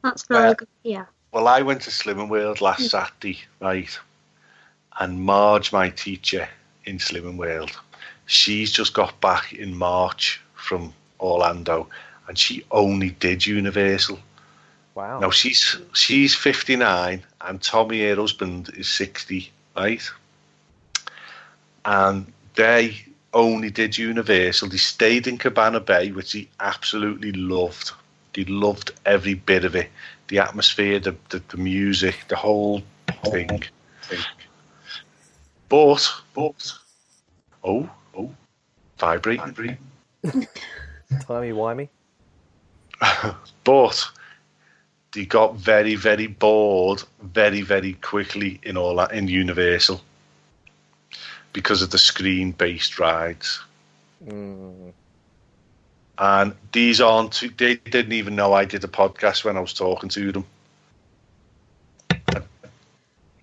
That's really
Uh,
good. Yeah.
Well, I went to Slimming World last Saturday, right? And Marge, my teacher in Slimming World, she's just got back in March from Orlando, and she only did Universal.
wow,
Now she's she's 59 and Tommy, her husband, is 60, right? And they only did Universal. They stayed in Cabana Bay, which he absolutely loved. They loved every bit of it. The atmosphere, the the, the music, the whole thing. But but oh oh vibrate. vibrate.
timey wimey.
But they got very, very bored very, very quickly in all that in Universal because of the screen based rides.
Mm.
And these aren't, too- they didn't even know I did a podcast when I was talking to them.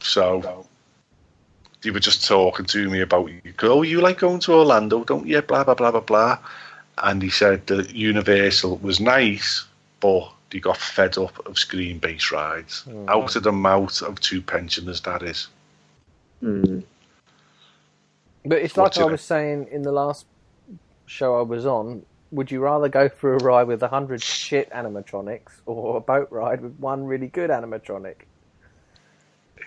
So they were just talking to me about, oh, you like going to Orlando, don't you? Blah, blah, blah, blah, blah. And he said that Universal was nice, but he got fed up of screen based rides. Out of the mouth of two pensioners, that is.
But it's
What's
like I
it?
was saying in the last show I was on. Would you rather go for a ride with a hundred shit animatronics or a boat ride with one really good animatronic?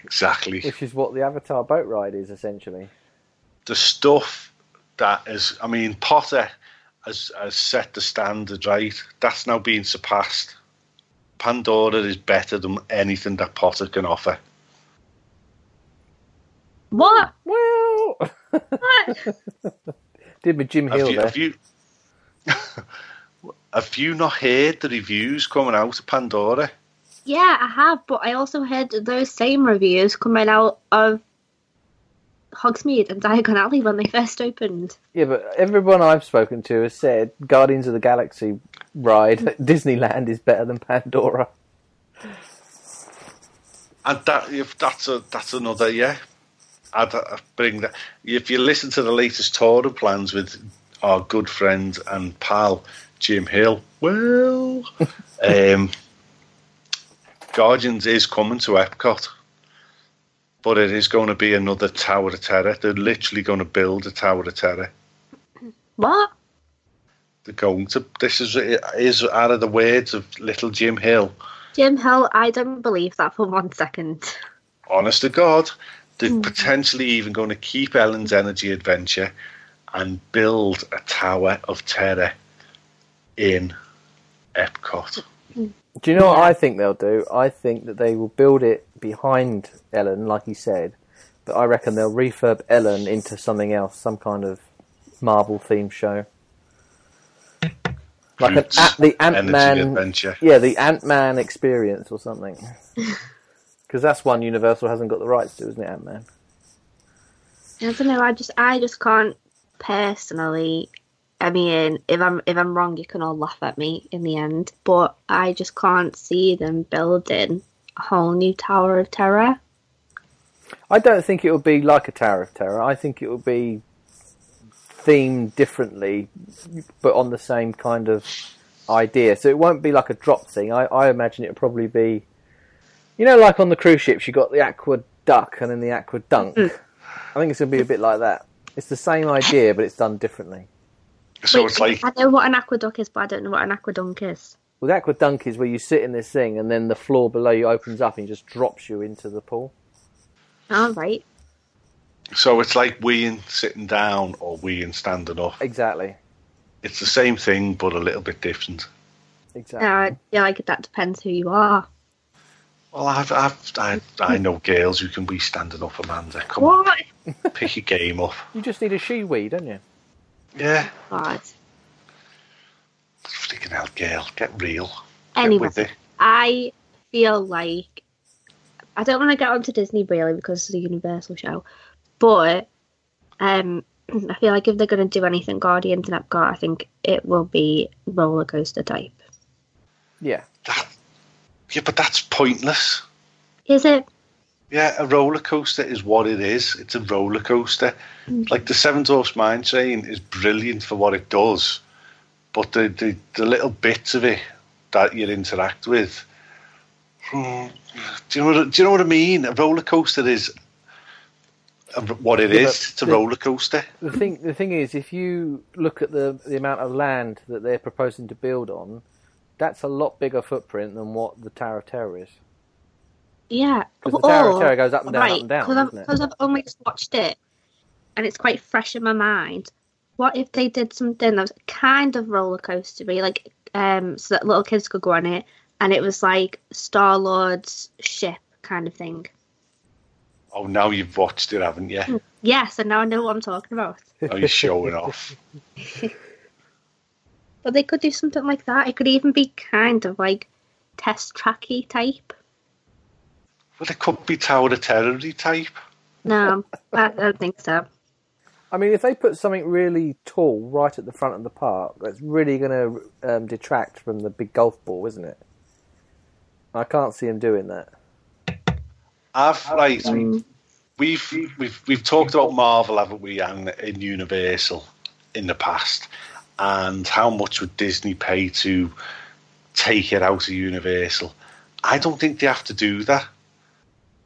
Exactly.
Which is what the Avatar boat ride is essentially.
the stuff that is, I mean, Potter has, has set the standard, right? That's now being surpassed. Pandora is better than anything that Potter can offer.
What?
Well,
What?
did with Jim
Have
Hill
you,
there.
have you have you not heard the reviews coming out of Pandora?
yeah, I have, but I also heard those same reviews coming out of Hogsmeade and Diagon Alley when they first opened.
Yeah, but everyone I've spoken to has said Guardians of the Galaxy ride at Disneyland is better than Pandora.
And that if that's a that's another yeah. I'd, i bring that. If you listen to the latest Tory plans with our good friend and pal Jim Hill, well, um, Guardians is coming to Epcot, but it is going to be another Tower of Terror. They're literally going to build a Tower of Terror.
What?
They're going to. This is it is out of the words of Little Jim Hill.
Jim Hill, I don't believe that for one second.
honest to God, they're
Hmm.
potentially even going to keep Ellen's Energy Adventure and build a Tower of Terror in Epcot.
Do you know what I think they'll do? I think that they will build it behind Ellen, like he said, but I reckon they'll refurb Ellen into something else, some kind of Marvel themed show. Like an,
Groot's
a- the Ant
Energy
Man,
Adventure.
yeah, the Ant Man experience or something. Because that's one Universal hasn't got the rights to, isn't it, Ant Man?
I don't know. I just I just can't personally. I mean, if I'm if I'm wrong, you can all laugh at me in the end. But I just can't see them building a whole new Tower of Terror.
I don't think it will be like a Tower of Terror. I think it will be themed differently, but on the same kind of idea. So it won't be like a drop thing. I, I imagine it'll probably be, you know, like on the cruise ships, you got the aqua duck and then the aqua dunk. I think it's going to be a bit like that. It's the same idea, but it's done differently.
So
Wait,
it's like
I know what an aqueduct is, but I don't know what an aqueduct is.
Well, the aqua dunk is where you sit in this thing and then the floor below you opens up and just drops you into the pool.
All right.
so it's like we in sitting down or we in standing up.
Exactly.
It's the same thing but a little bit different.
Exactly.
Uh, yeah, like that depends who you are.
Well, I've, I've I, I know girls who can be standing up, Amanda. Come
What?
on, pick your game up.
You just need a shiwi, don't you?
Yeah,
God.
freaking hell, girl, get real. Get
Anyway,
with it.
I feel like I don't want to get onto Disney really because it's a Universal show, but um, I feel like if they're going to do anything Guardians and Epcot, I think it will be roller coaster type.
Yeah.
That, yeah, but that's pointless.
Is it?
Yeah, a roller coaster is what it is. It's a roller coaster. Like the Seven Dwarfs Mine Train is brilliant for what it does, but the the, the little bits of it that you interact with. hmm, Do you know? What, do you know what I mean? A roller coaster is a, what it is.
Yeah, but
It's a
the-
roller coaster.
The thing, the thing is, if you look at the the amount of land that they're proposing to build on, that's a lot bigger footprint than what the Tower of Terror is.
Yeah.
'Cause the Tower of
Or-
Terror goes up and down, up and down,
Because I've,
doesn't it?
'cause I've only just watched it, and it's quite fresh in my mind. What if they did something that was kind of roller coastery, like um, so that little kids could go on it, and it was like Star Lord's ship kind of thing?
Oh, now you've watched it, haven't you?
Yes, and now I know what I'm talking about.
Now you're showing off.
But they could do something like that. It could even be kind of like test tracky type.
Well, it could be Tower of Terror type.
No, I don't think so.
I mean, if they put something really tall right at the front of the park, that's really going to um, detract from the big golf ball, isn't it? I can't see them doing that.
I've right. We've we've we've talked about Marvel, haven't we, and in Universal in the past, and how much would Disney pay to take it out of Universal? I don't think they have to do that.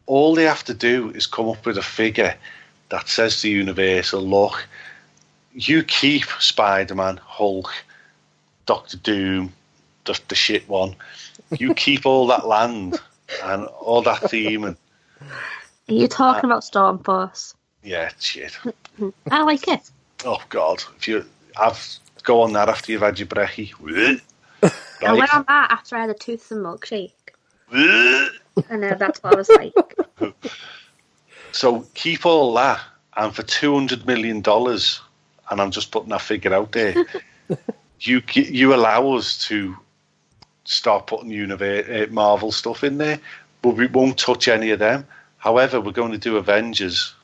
All they have to do is come up with a figure that says to Universal, look, you keep Spider Man, Hulk, Doctor Doom, the, the shit one. You keep all that land and all that theme and
Are you talking about Stormforce?
yeah, shit.
I like it.
Oh God! If you, I've go on that after you've had your brekkie.
I went
Right.
on that after I had a tooth and milkshake.
Bleh.
I know that's what I was like.
So keep all that, and for two hundred million dollars, and I'm just putting that figure out there. you gi- you allow us to start putting universe, uh, Marvel stuff in there, but we won't touch any of them. However, we're going to do Avengers,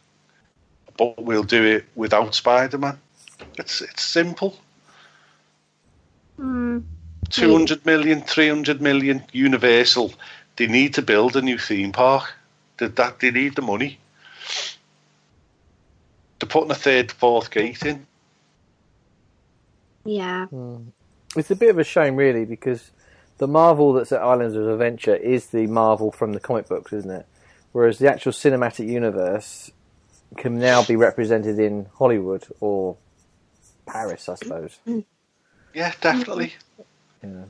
but we'll do it without Spider Man. It's it's simple.
Hmm.
200 million, 300 million, Universal. They need to build a new theme park. They, that, they need the money. They're putting a third, fourth gate in.
yeah.
It's a bit of a shame, really, because the Marvel that's at Islands of Adventure is the Marvel from the comic books, isn't it? Whereas the actual cinematic universe can now be represented in Hollywood or Paris, I suppose.
Yeah, definitely.
Yeah.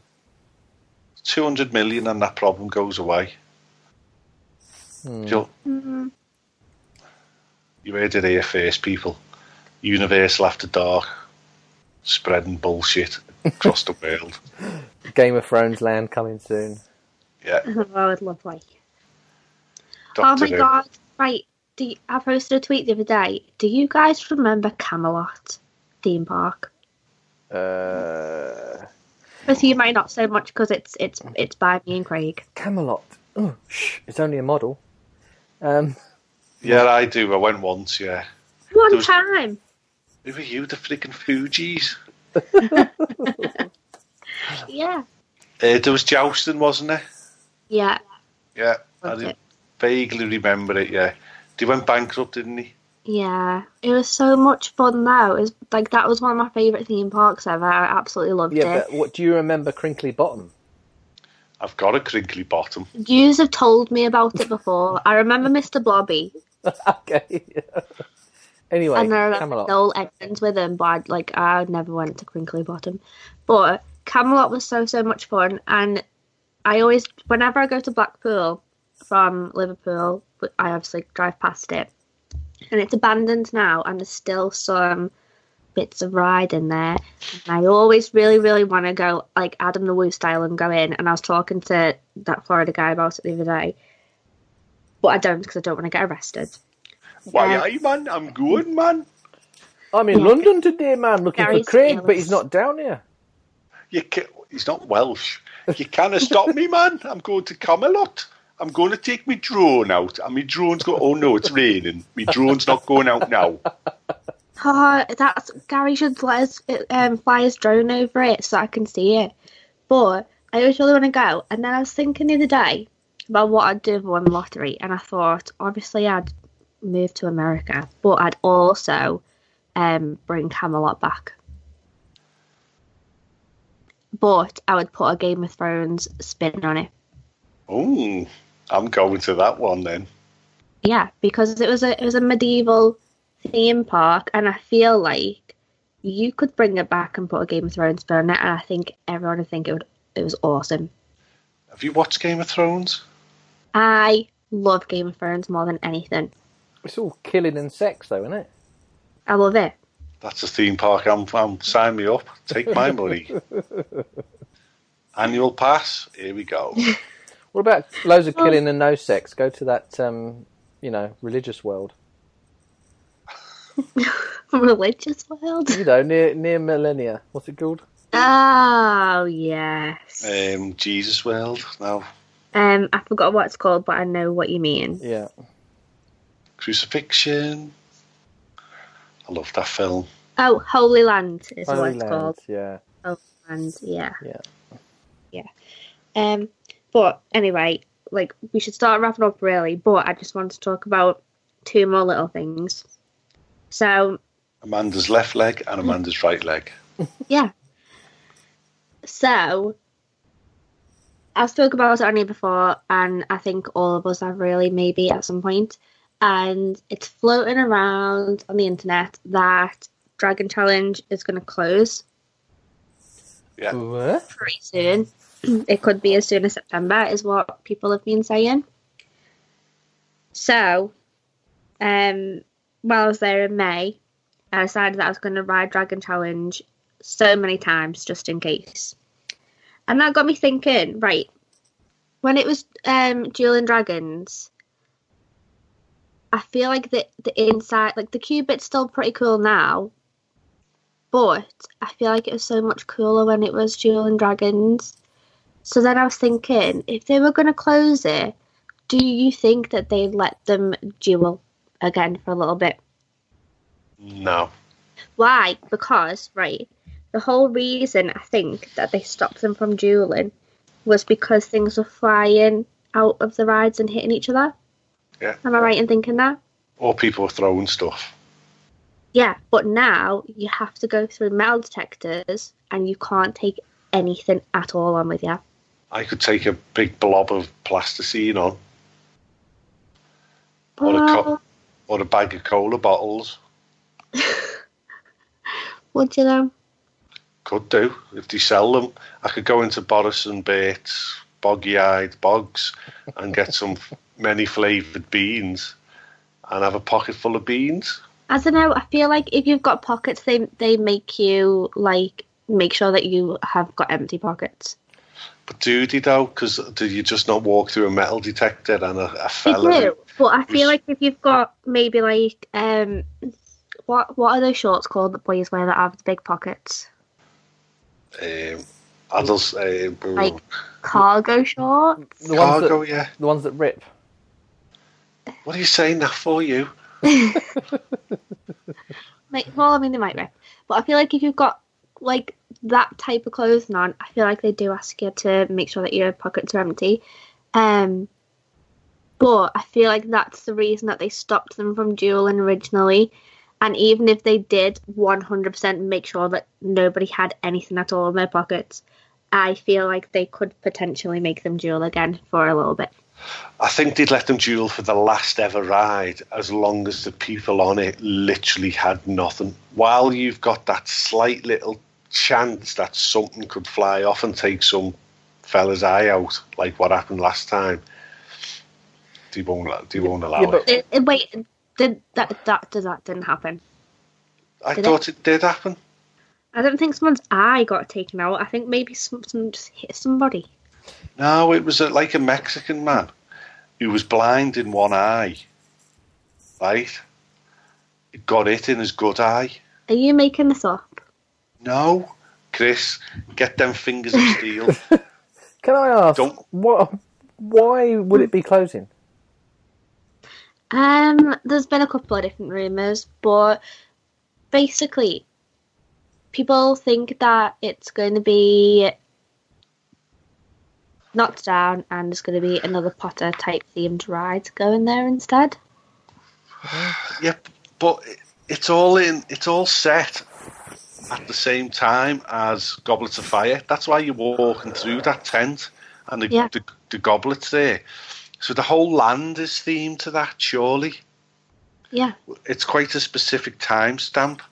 200 million and that problem goes away. Jo- You heard it here first, people. Universal After Dark, spreading bullshit across the world.
Game of Thrones land coming soon.
Yeah.
Oh, I would love like. Oh
Doctor
my
Who.
god! Right. Do you, I posted a tweet the other day? Do you guys remember Camelot theme park?
Uh,
But you might not so much because it's it's it's by me and Craig.
Camelot. Oh, shh, it's only a model. Um,
Yeah, I do. I went once, yeah.
One
Those-
time.
Who are you, the freaking Fugees?
Yeah.
Uh, there was jousting, wasn't there?
Yeah.
Yeah, I
Was
re-
it?
vaguely remember it. Yeah, they went bankrupt, didn't he?
Yeah. It was so much fun though. It was, like that was one of my favourite theme parks ever. I absolutely loved
Yeah,
it.
but what do you remember Crinkly Bottom?
I've got a crinkly bottom.
Yous have told me about it before. I remember Mr. Blobby
okay. anyway,
and I remember
Camelot.
Noel Edmonds with him, but I'd, like I never went to Crinkly Bottom. But Camelot was so so much fun, and I always whenever I go to Blackpool from Liverpool, I obviously drive past it, and it's abandoned now, and there's still some bits of ride in there. And I always really, really want to go like Adam the Woo style and go in. And I was talking to that Florida guy about it the other day, but I don't because I don't want to get arrested.
Why,
Yeah.
aye, man, I'm good, man.
I'm in London today, man, looking for
Gary's
Craig, but
fearless.
he's not down here.
You ca- he's not Welsh. You can't stop me, man. I'm going to Camelot. I'm going to take my drone out, and my drone's going. Oh no, it's raining. My drone's not going out now.
Oh, that's Gary should let us um, fly his drone over it so I can see it. But I always really want to go. And then I was thinking the other day about what I'd do if I won the lottery, and I thought obviously I'd move to America, but I'd also um, bring Camelot back. But I would put a Game of Thrones spin on it.
Oh, I'm going to that one then.
Yeah, because it was a it was a medieval theme park, and I feel like you could bring it back and put a Game of Thrones spin on it, and I think everyone would think it would it was awesome.
Have you watched Game of Thrones?
I love Game of Thrones more than anything.
It's all killing and sex, though, isn't it?
I love it.
That's a theme park. I'm, I'm sign me up. Take my money. Annual pass. Here we go.
What about loads of killing and no sex? Go to that, um, you know, religious world.
Religious world.
You know, near near millennia. What's it called?
Oh yes.
Um, Jesus World. No
Um, I forgot what it's called, but I know what you mean.
Yeah.
crucifixion. I love that film.
Oh, Holy Land is what
Holy
it's
Land,
called.
Yeah.
and yeah,
Yeah.
yeah. Um, but anyway, like we should start wrapping up really. But I just want to talk about two more little things. So
Amanda's left leg and Amanda's right leg.
yeah, so I've spoke about it only before, and I think all of us have really maybe at some point. And it's floating around on the internet that Dragon Challenge is going to close
Yeah.
What?
pretty soon. it could be as soon as September, is what people have been saying. So, um, while I was there in May, I decided that I was going to ride Dragon Challenge so many times just in case. And that got me thinking, right, when it was um, Duel and Dragons, I feel like the, the inside, like the cube bit's still pretty cool now, but I feel like it was so much cooler when it was Duel and Dragons. So then I was thinking, if they were going to close it, do you think that they let them duel again for a little bit?
No.
Why? Because, right, the whole reason I think that they stopped them from dueling was because things were flying out of the rides and hitting each other.
Yeah.
Am I right in thinking that?
Or people are throwing stuff.
Yeah, but now you have to go through metal detectors and you can't take anything at all on with you.
I could take a big blob of plasticine on, Or a cup. or a bag of cola bottles.
Would you though?
Could do if they sell them. I could go into Boris and Bates, Boggy Eyed Bogs, and get some many flavoured beans, and have a pocket full of beans.
I don't know. I feel like if you've got pockets, they they make you like make sure that you have got empty pockets.
But do they though? Because do you just not walk through a metal detector and a, a
They
fella?
do, but I
Yes.
feel like if you've got maybe like um, what what are those shorts called that boys wear that have the big pockets?
Um, adults, um,
Like- Cargo shorts.
The ones,
cargo,
that,
yeah.
the ones that rip.
What are you saying that for, you?
Like, well, I mean, they might rip, but I feel like if you've got like that type of clothing on, I feel like they do ask you to make sure that your pockets are empty. Um, but I feel like that's the reason that they stopped them from dueling originally. And even if they did 100% make sure that nobody had anything at all in their pockets, I feel like they could potentially make them duel again for a little bit.
I think they'd let them duel for the last ever ride as long as the people on it literally had nothing. While you've got that slight little chance that something could fly off and take some fella's eye out, like what happened last time, they won't, they won't allow
Yeah, but-
it.
Uh, uh, Wait, did that that did that didn't happen?
I
did
thought it did happen.
I don't think someone's eye got taken out. I think maybe some, someone just hit somebody.
No, it was a, like a Mexican man who was blind in one eye, right? He got it in his good eye.
Are you making this up?
No, Chris, get them fingers of steel.
Can I ask
Don't-
what? Why would it be closing?
Um, there's been a couple of different rumors, but basically, people think that it's going to be knocked down and there's going to be another Potter type themed ride going there instead.
yep, but it- it's all in. It's all set at the same time as Goblets of Fire. That's why you're walking through that tent and the
Yeah.
the, the goblets there. So the whole land is themed to that. Surely,
Yeah,
it's quite a specific timestamp.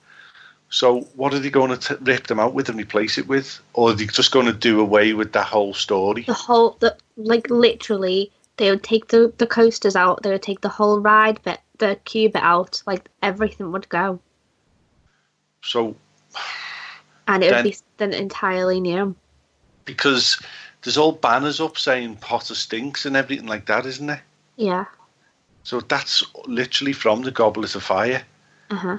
So what are they going to rip them out with and replace it with, or are they just going to do away with that whole story?
the whole the like literally they would take the the coasters out. They would take the whole ride bit, the cube bit out. Like everything would go,
So
and it would
Then-
be something entirely new.
because there's all banners up saying Potter stinks and everything like that, isn't there?
Yeah,
So that's literally from the Goblet of Fire.
uh huh.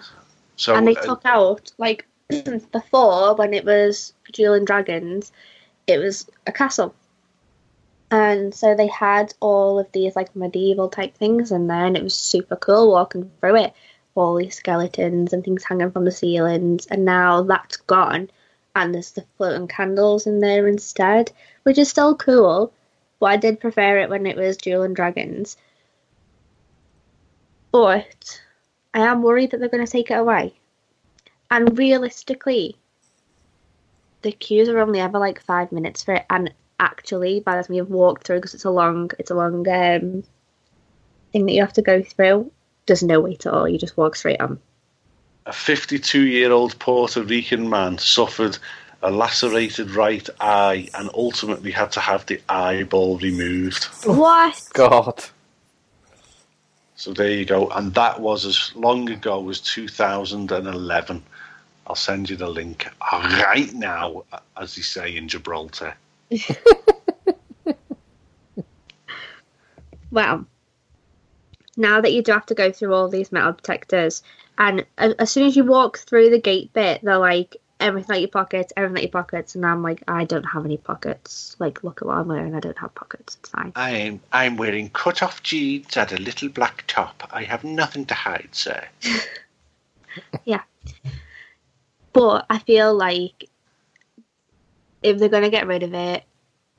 So
and they
uh,
took out like before when it was Duel and Dragons, it was a castle, and so they had all of these like medieval type things in there, and it was super cool walking through it, all these skeletons and things hanging from the ceilings, and now that's gone, and there's the floating candles in there instead, which is still cool, but I did prefer it when it was Duel and Dragons. But I am worried that they're going to take it away. And realistically, the queues are only ever like five minutes for it. And actually, by the time you've walked through, because it's a long, it's a long um, thing that you have to go through. There's no wait at all. You just walk straight on.
a 52-year-old Puerto Rican man suffered a lacerated right eye and ultimately had to have the eyeball removed.
What?
God,
So there you go. And that was as long ago as 2011. I'll send you the link right now, as they say in Gibraltar.
Well, now that you do have to go through all these metal detectors, and a- as soon as you walk through the gate bit, they're like everything out your pockets, everything out your pockets, and I'm like, I don't have any pockets. Like, look at what I'm wearing. I don't have pockets. It's fine.
I'm I'm wearing cut-off jeans and a little black top. I have nothing to hide, sir.
But I feel like if they're going to get rid of it,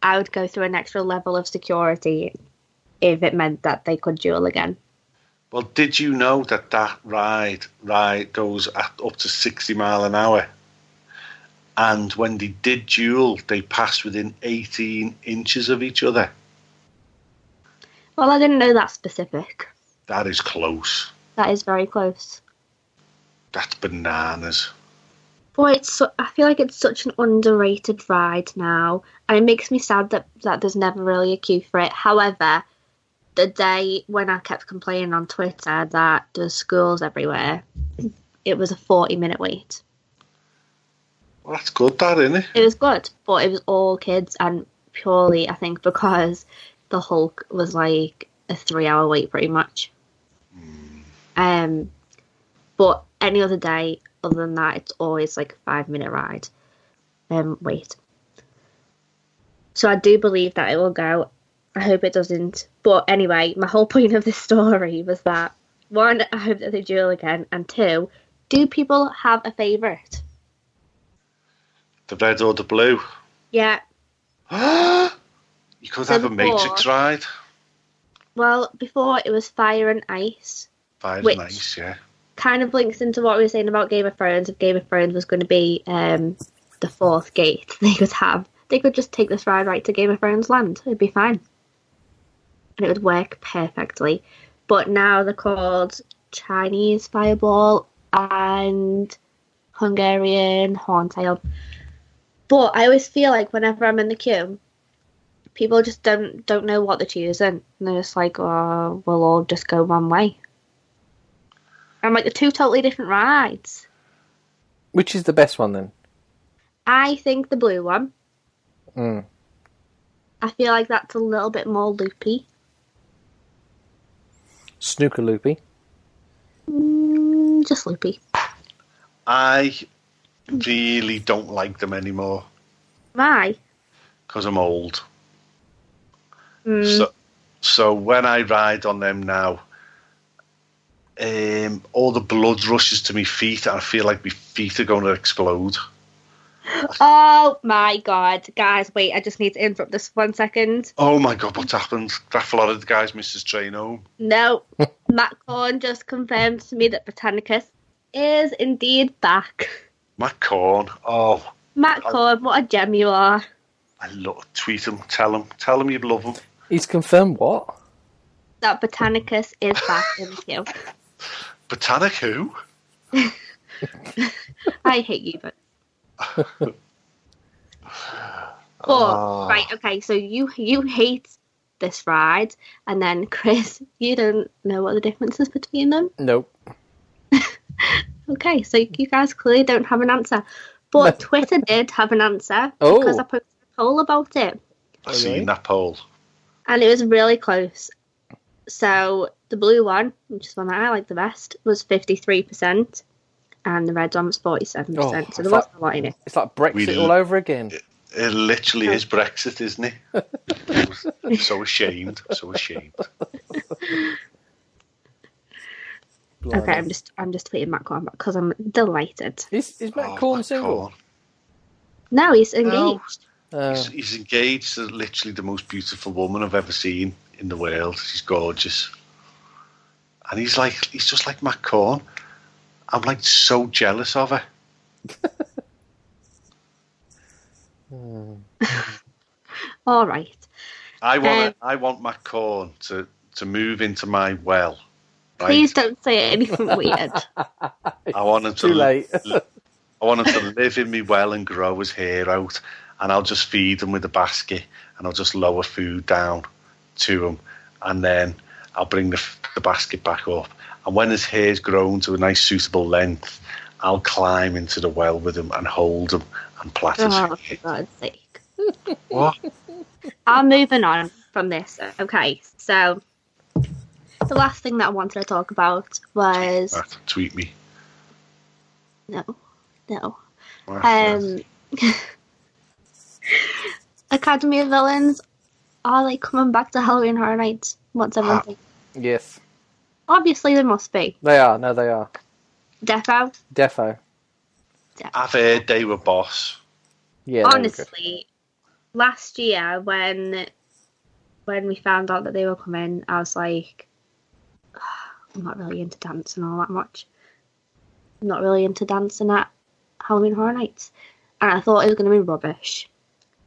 I would go through an extra level of security if it meant that they could duel again.
Well, did you know that that ride ride goes at up to sixty mile an hour? And when they did duel, they passed within eighteen inches of each other.
Well, I didn't know that specific.
That is close.
That is very close.
That's bananas.
Boy, it's so, I feel like it's such an underrated ride now, and it makes me sad that that there's never really a queue for it. However, the day when I kept complaining on Twitter that there's schools everywhere, it was a forty-minute wait.
Well, that's good, that isn't it?
It was good, but it was all kids, and purely I think because the Hulk was like a three-hour wait, pretty much. Um, but any other day, other than that, it's always like a five-minute ride. Um, wait. So I do believe that it will go. I hope it doesn't. But anyway, my whole point of this story was that one, I hope that they duel again, and two, Do people have a favourite?
The red or the blue?
Yeah.
You could
So
have a
the
Matrix
four.
ride.
Well, before it was fire and ice.
Fire
Which?
and ice, yeah.
Kind of links into what we were saying about Game of Thrones. If Game of Thrones was going to be um, the fourth gate, they could have. They could just take this ride right to Game of Thrones land. It'd be fine, and it would work perfectly. But now they're called Chinese Fireball and Hungarian Horntail. But I always feel like whenever I'm in the queue, people just don't don't know what they're choosing. And they're just like, oh, we'll all just go one way. I'm like, they're two totally different rides.
Which is the best one then?
I think the blue one.
Mm.
I feel like that's a little bit more loopy.
Snooker Loopy.
Mm, just loopy.
I really don't like them anymore
My.
because I'm old.
Mm,
So, so when I ride on them now, um, all the blood rushes to my feet, and I feel like my feet are going to explode.
oh my god. Guys, wait, I just need to interrupt this one second.
Oh my god, what's happened? That Florida guy's Mrs. Train home.
No, Matt Corn just confirmed to me that Britannicus is indeed back.
My corn. Oh,
Matt Corn, what a gem you are.
I love. Tweet him. Tell him. Tell him you love him.
He's confirmed what?
That Britannicus is back in the queue.
Botanic who?
I hate you, but. but
Ah.
right, okay. So you you hate this ride, and then Chris, you don't know what the difference is between them.
Nope.
Okay, so you guys clearly don't have an answer, but Twitter did have an answer
Oh.
because I posted a poll about it,
I've
Oh,
seen
really?
that poll.
and it was really close. So the blue one, which is one that I like the best, was fifty three percent, and the red one was forty seven
Oh,
percent. So
I
there was
thought-
a lot in it.
It's like Brexit
We-
all over again.
It literally is Brexit, isn't it? so ashamed. So ashamed.
Blimey.
Okay, I'm just I'm just tweeting Matt Corn because I'm delighted.
Is, is Matt
Oh,
Corn
my
single?
corn.
No, he's engaged.
No,
Uh,
He's, he's engaged to literally the most beautiful woman I've ever seen in the world. She's gorgeous. And he's like, he's just like Matt Corn. I'm like so jealous of her.
All right.
I want,
Um,
I want Matt Corn to, to move into my well. right?
Please don't say anything weird.
I want him to,
too late.
I want him to live in me well and grow his hair out. And I'll just feed him with a basket and I'll just lower food down to him. And then I'll bring the, f- the basket back up. And when his hair's grown to a nice, suitable length, I'll climb into the well with him and hold him and plait his
Oh, for
hair.
God's sake.
What?
I'm moving on from this. Okay, so the last thing that I wanted to talk about was
Matt, tweet me.
no, no.
Matt,
Um, Academy of Villains. Are they coming back to Halloween Horror Nights? What's everyone
Ah.
think?
yes,
Obviously, they must be.
they are. No, they are.
Defo.
Defo.
I've heard they were boss.
Yeah. they were good.
honestly last year when when we found out that they were coming i was like i'm not really into dancing all that much i'm not really into dancing at halloween horror nights and i thought it was going to be rubbish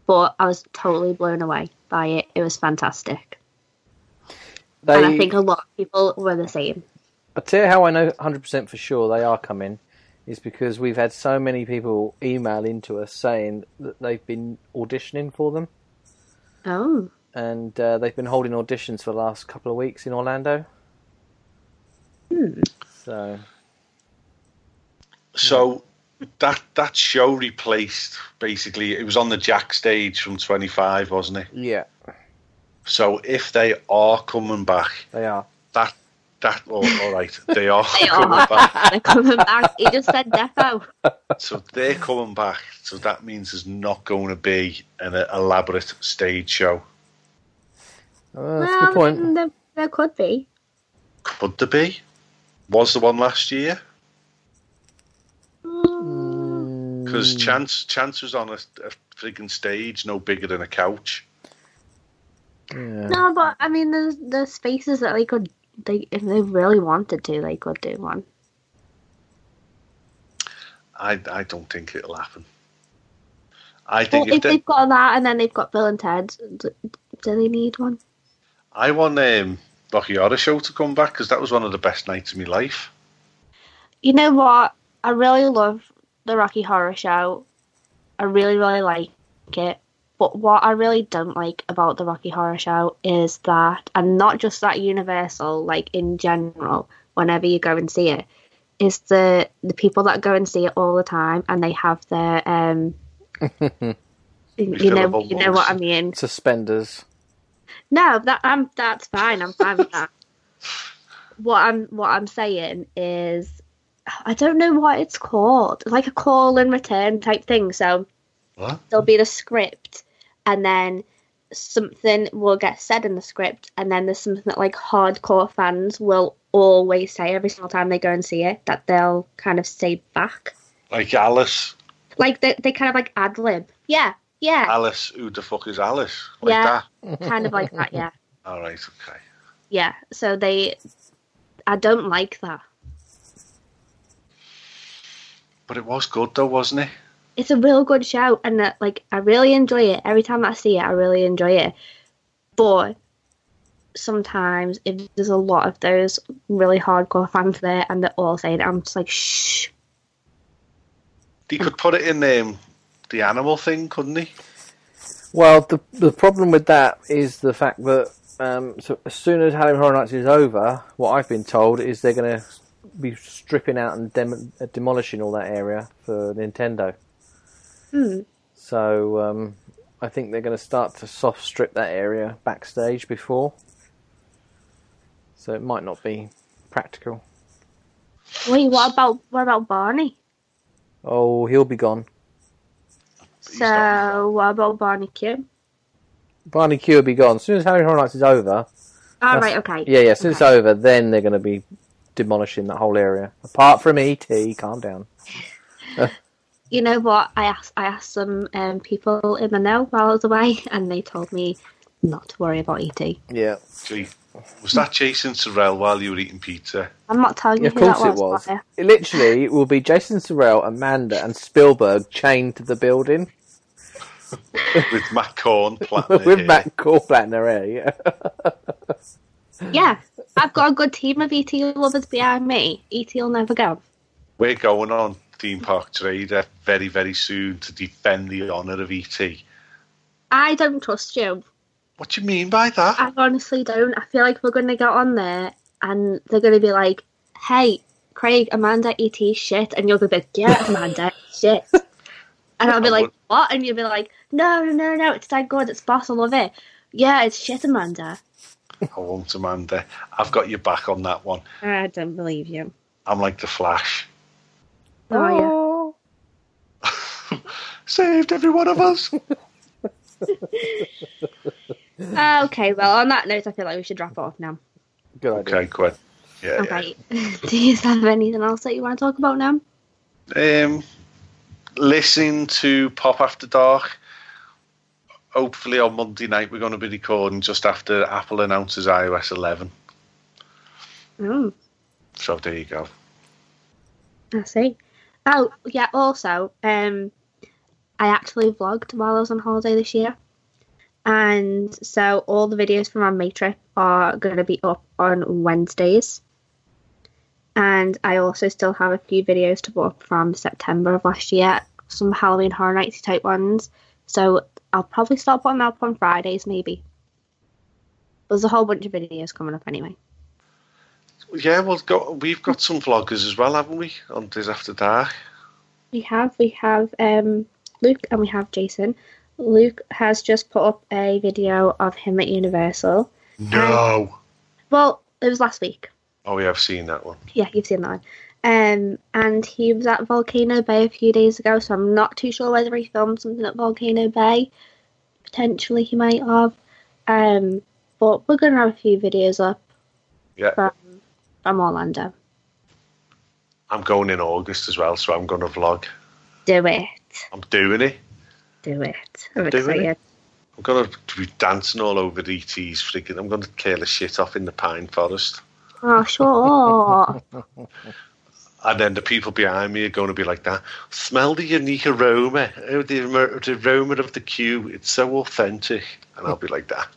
but i was totally blown away by it it was fantastic
They,
and i think a lot of people were the same
I'll tell you how I know 100% for sure they are coming is because we've had so many people email into us saying that they've been auditioning for them
oh
and uh, they've been holding auditions for the last couple of weeks in Orlando.
Hmm.
So,
So that that show replaced basically it was on the Jack stage from 25, wasn't it?
yeah,
So if they are coming back,
they are.
that that all, all right, they are
They
coming
are.
back.
they're coming back he just said defo
So they're coming back. So that means there's not going to be an elaborate stage show.
Oh, that's a good
Well,
point.
there, there could be
Could there be? Was the one last year?
Hmm.
mm.
because Chance Chance was on a, a freaking stage no bigger than a couch.
Mm, Yeah.
No, but I mean, there's there's spaces that they could they if they really wanted to, they could do one.
I I don't think it'll happen. I think
Well,
if
if
they,
they've got that and then they've got Bill and Ted, d- do they need one?
I want um, Rocky Horror Show to come back because that was one of the best nights of my life.
You know what? I really love the Rocky Horror Show. I really, really like it. But what I really don't like about the Rocky Horror Show is that, and not just that Universal, like in general, whenever you go and see it, is the the people that go and see it all the time and they have their um, you know,
Refillable
you know what I
mugs.
mean.
Suspenders.
No, that I'm that's fine. I'm fine with that. What I'm what I'm saying is I don't know what it's called. Like a call and return type thing. So
What?
there'll be the script and then something will get said in the script and then there's something that like hardcore fans will always say every single time they go and see it that they'll kind of say back.
Like Alice,
Like they they kind of like ad lib. Yeah, yeah.
Alice, who the fuck is Alice? Like
Yeah.
that.
Kind of like that, yeah.
All right, okay.
Yeah. So they I don't like that.
But it was good though, wasn't it?
it's a real good show and uh, like i really enjoy it every time i see it i really enjoy it but sometimes if there's a lot of those really hardcore fans there and they're all saying it, i'm just like shh
He could put it in um, the animal thing, couldn't he?
Well, the the problem with that is the fact that um, so as soon as Halloween Horror Nights is over, what I've been told is they're going to be stripping out and dem- uh, demolishing all that area for Nintendo. So um, I think they're going to start to soft strip that area backstage before. So it might not be practical.
wait what about what about barney
Oh, he'll be gone.
He's not
so what about barney q
Barney Q will be gone. As soon as Halloween Horror Nights is over,
all
That's-
right okay
Yeah, yeah. Since it's over, then they're going to be demolishing that whole area. Apart from ET, calm down.
you know what i asked i asked some um, people in the know while i was away and they told me not to worry about E et
Yeah,
Gee, was that Jason Sorrell while you were eating pizza?
i'm not telling you
of
who
course
that
it
was,
was.
but, uh,
It literally will be Jason Sorrell, Amanda, and Spielberg chained to the building
With Matt Corn, platinum
with
hair.
Matt Corbat in their hair. Yeah.
yeah i've got a good team of et lovers behind me et will never go
We're going on Theme Park Trader very, very soon to defend the honour of E E.T.
I don't trust you.
What do you mean by that?
I honestly don't. I feel like we're going to get on there and they're going to be like, hey, Craig, Amanda, ET, shit. And you'll be like, yeah, Amanda, shit. And I'll be like, what? And you'll be like, no, no, no, no, it's dead good. It's boss. I love it. Yeah, it's shit, Amanda.
I won't, Amanda. I've got your back on that one.
I don't believe you.
I'm like the Flash.
Oh, yeah.
Saved every one of us.
Uh, okay, well, on that note, I feel like we should drop off now.
Good idea.
okay, Gwen. Yeah.
Okay. Do you have anything else that you want to talk about now?
yeah. Um, listen to Pop After Dark. Hopefully on Monday night we're going to be recording just after Apple announces iOS 11.
Mm.
So there you go.
I see. Oh yeah. Also, um, I actually vlogged while I was on holiday this year, and so all the videos from our May trip are going to be up on Wednesdays. And I also still have a few videos to put up from September of last year, some Halloween Horror Nights type ones. So I'll probably start putting them up on Fridays, maybe. There's a whole bunch of videos coming up anyway.
Yeah, well, go, we've got some vloggers as well, haven't we? On Days After Dark.
we have we have um Luke and we have Jason. Luke has just put up a video of him at Universal.
No.
Well, it was last week.
Oh, yeah, I've seen that one.
Yeah, you've seen that one. Um, and he was at Volcano Bay a few days ago, so I'm not too sure whether he filmed something at Volcano Bay. Potentially, he might have. Um, but we're gonna have a few videos up
Yeah.
from from Orlando.
I'm going in August as well, so I'm going to vlog.
Do it.
I'm doing it.
Do it. I'm
Do it.
excited.
I'm gonna be dancing all over ET's freaking. I'm gonna tear the shit off in the pine forest,
Oh, sure.
and then the people behind me are going to be like that. Smell the unique aroma, oh, the, amer- the aroma of the queue. It's so authentic, and I'll be like that.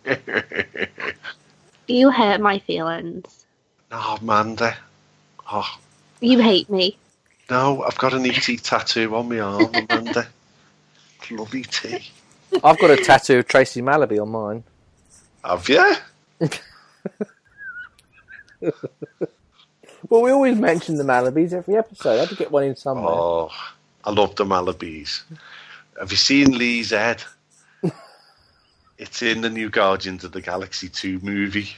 you hurt my feelings.
oh, Amanda. Oh
You hate me.
no, I've got an ET tattoo on my arm, Amanda. Love E ET.
I've got a tattoo of Tracy Malaby on mine.
Have you?
Well, we always mention the Malabys every episode. I had to get one in somewhere.
Oh, I love the Malabys. Have you seen Lee's head? it's in the new Guardians of the Galaxy 2 movie.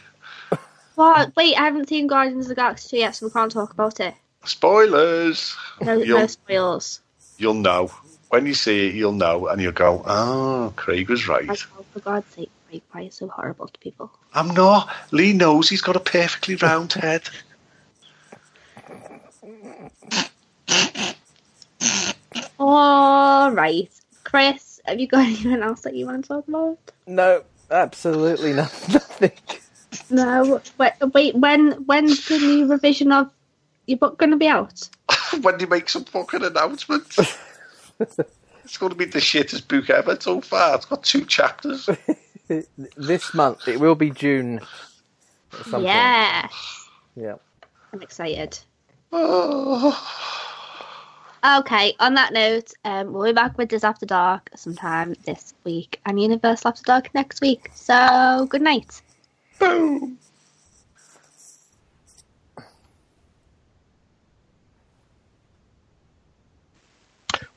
What? Wait, I haven't seen Guardians of the Galaxy yet, so we can't talk about it.
Spoilers!
No, no
You'll,
spoils.
you'll know. When you see it, you'll know, and you'll go, oh, Craig was
Like,
right.
oh, for God's sake, Craig, why are you so horrible to people?
I'm not. Lee knows he's got a perfectly round head.
All right, Chris, have you got anything else that you want to talk about?
No, absolutely no, nothing.
No. Wait, wait when when's the new revision of your book going to be out?
when he makes some fucking announcement. it's going to be the shittest book ever so far. It's got two chapters.
This month it will be June. Or something.
Yeah,
Yeah.
I'm excited.
Oh.
Okay, on that note, um, we'll be back with this after dark sometime this week, and Universal After Dark next week. So good night.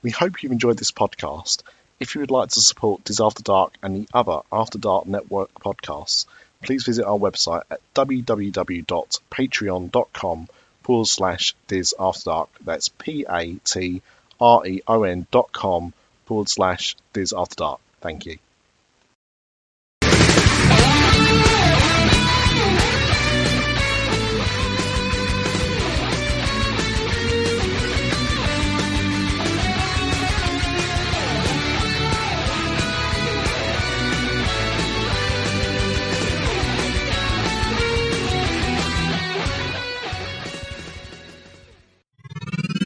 We hope you've enjoyed this podcast. If you would like to support Diz After Dark and the other After Dark Network podcasts, please visit our website at www.patreon.com forward slash Diz After Dark. That's P A T R E O N dot com forward slash Diz After Dark. Thank you.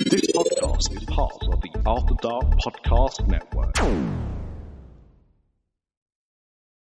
This podcast is part of the After Dark Podcast Network.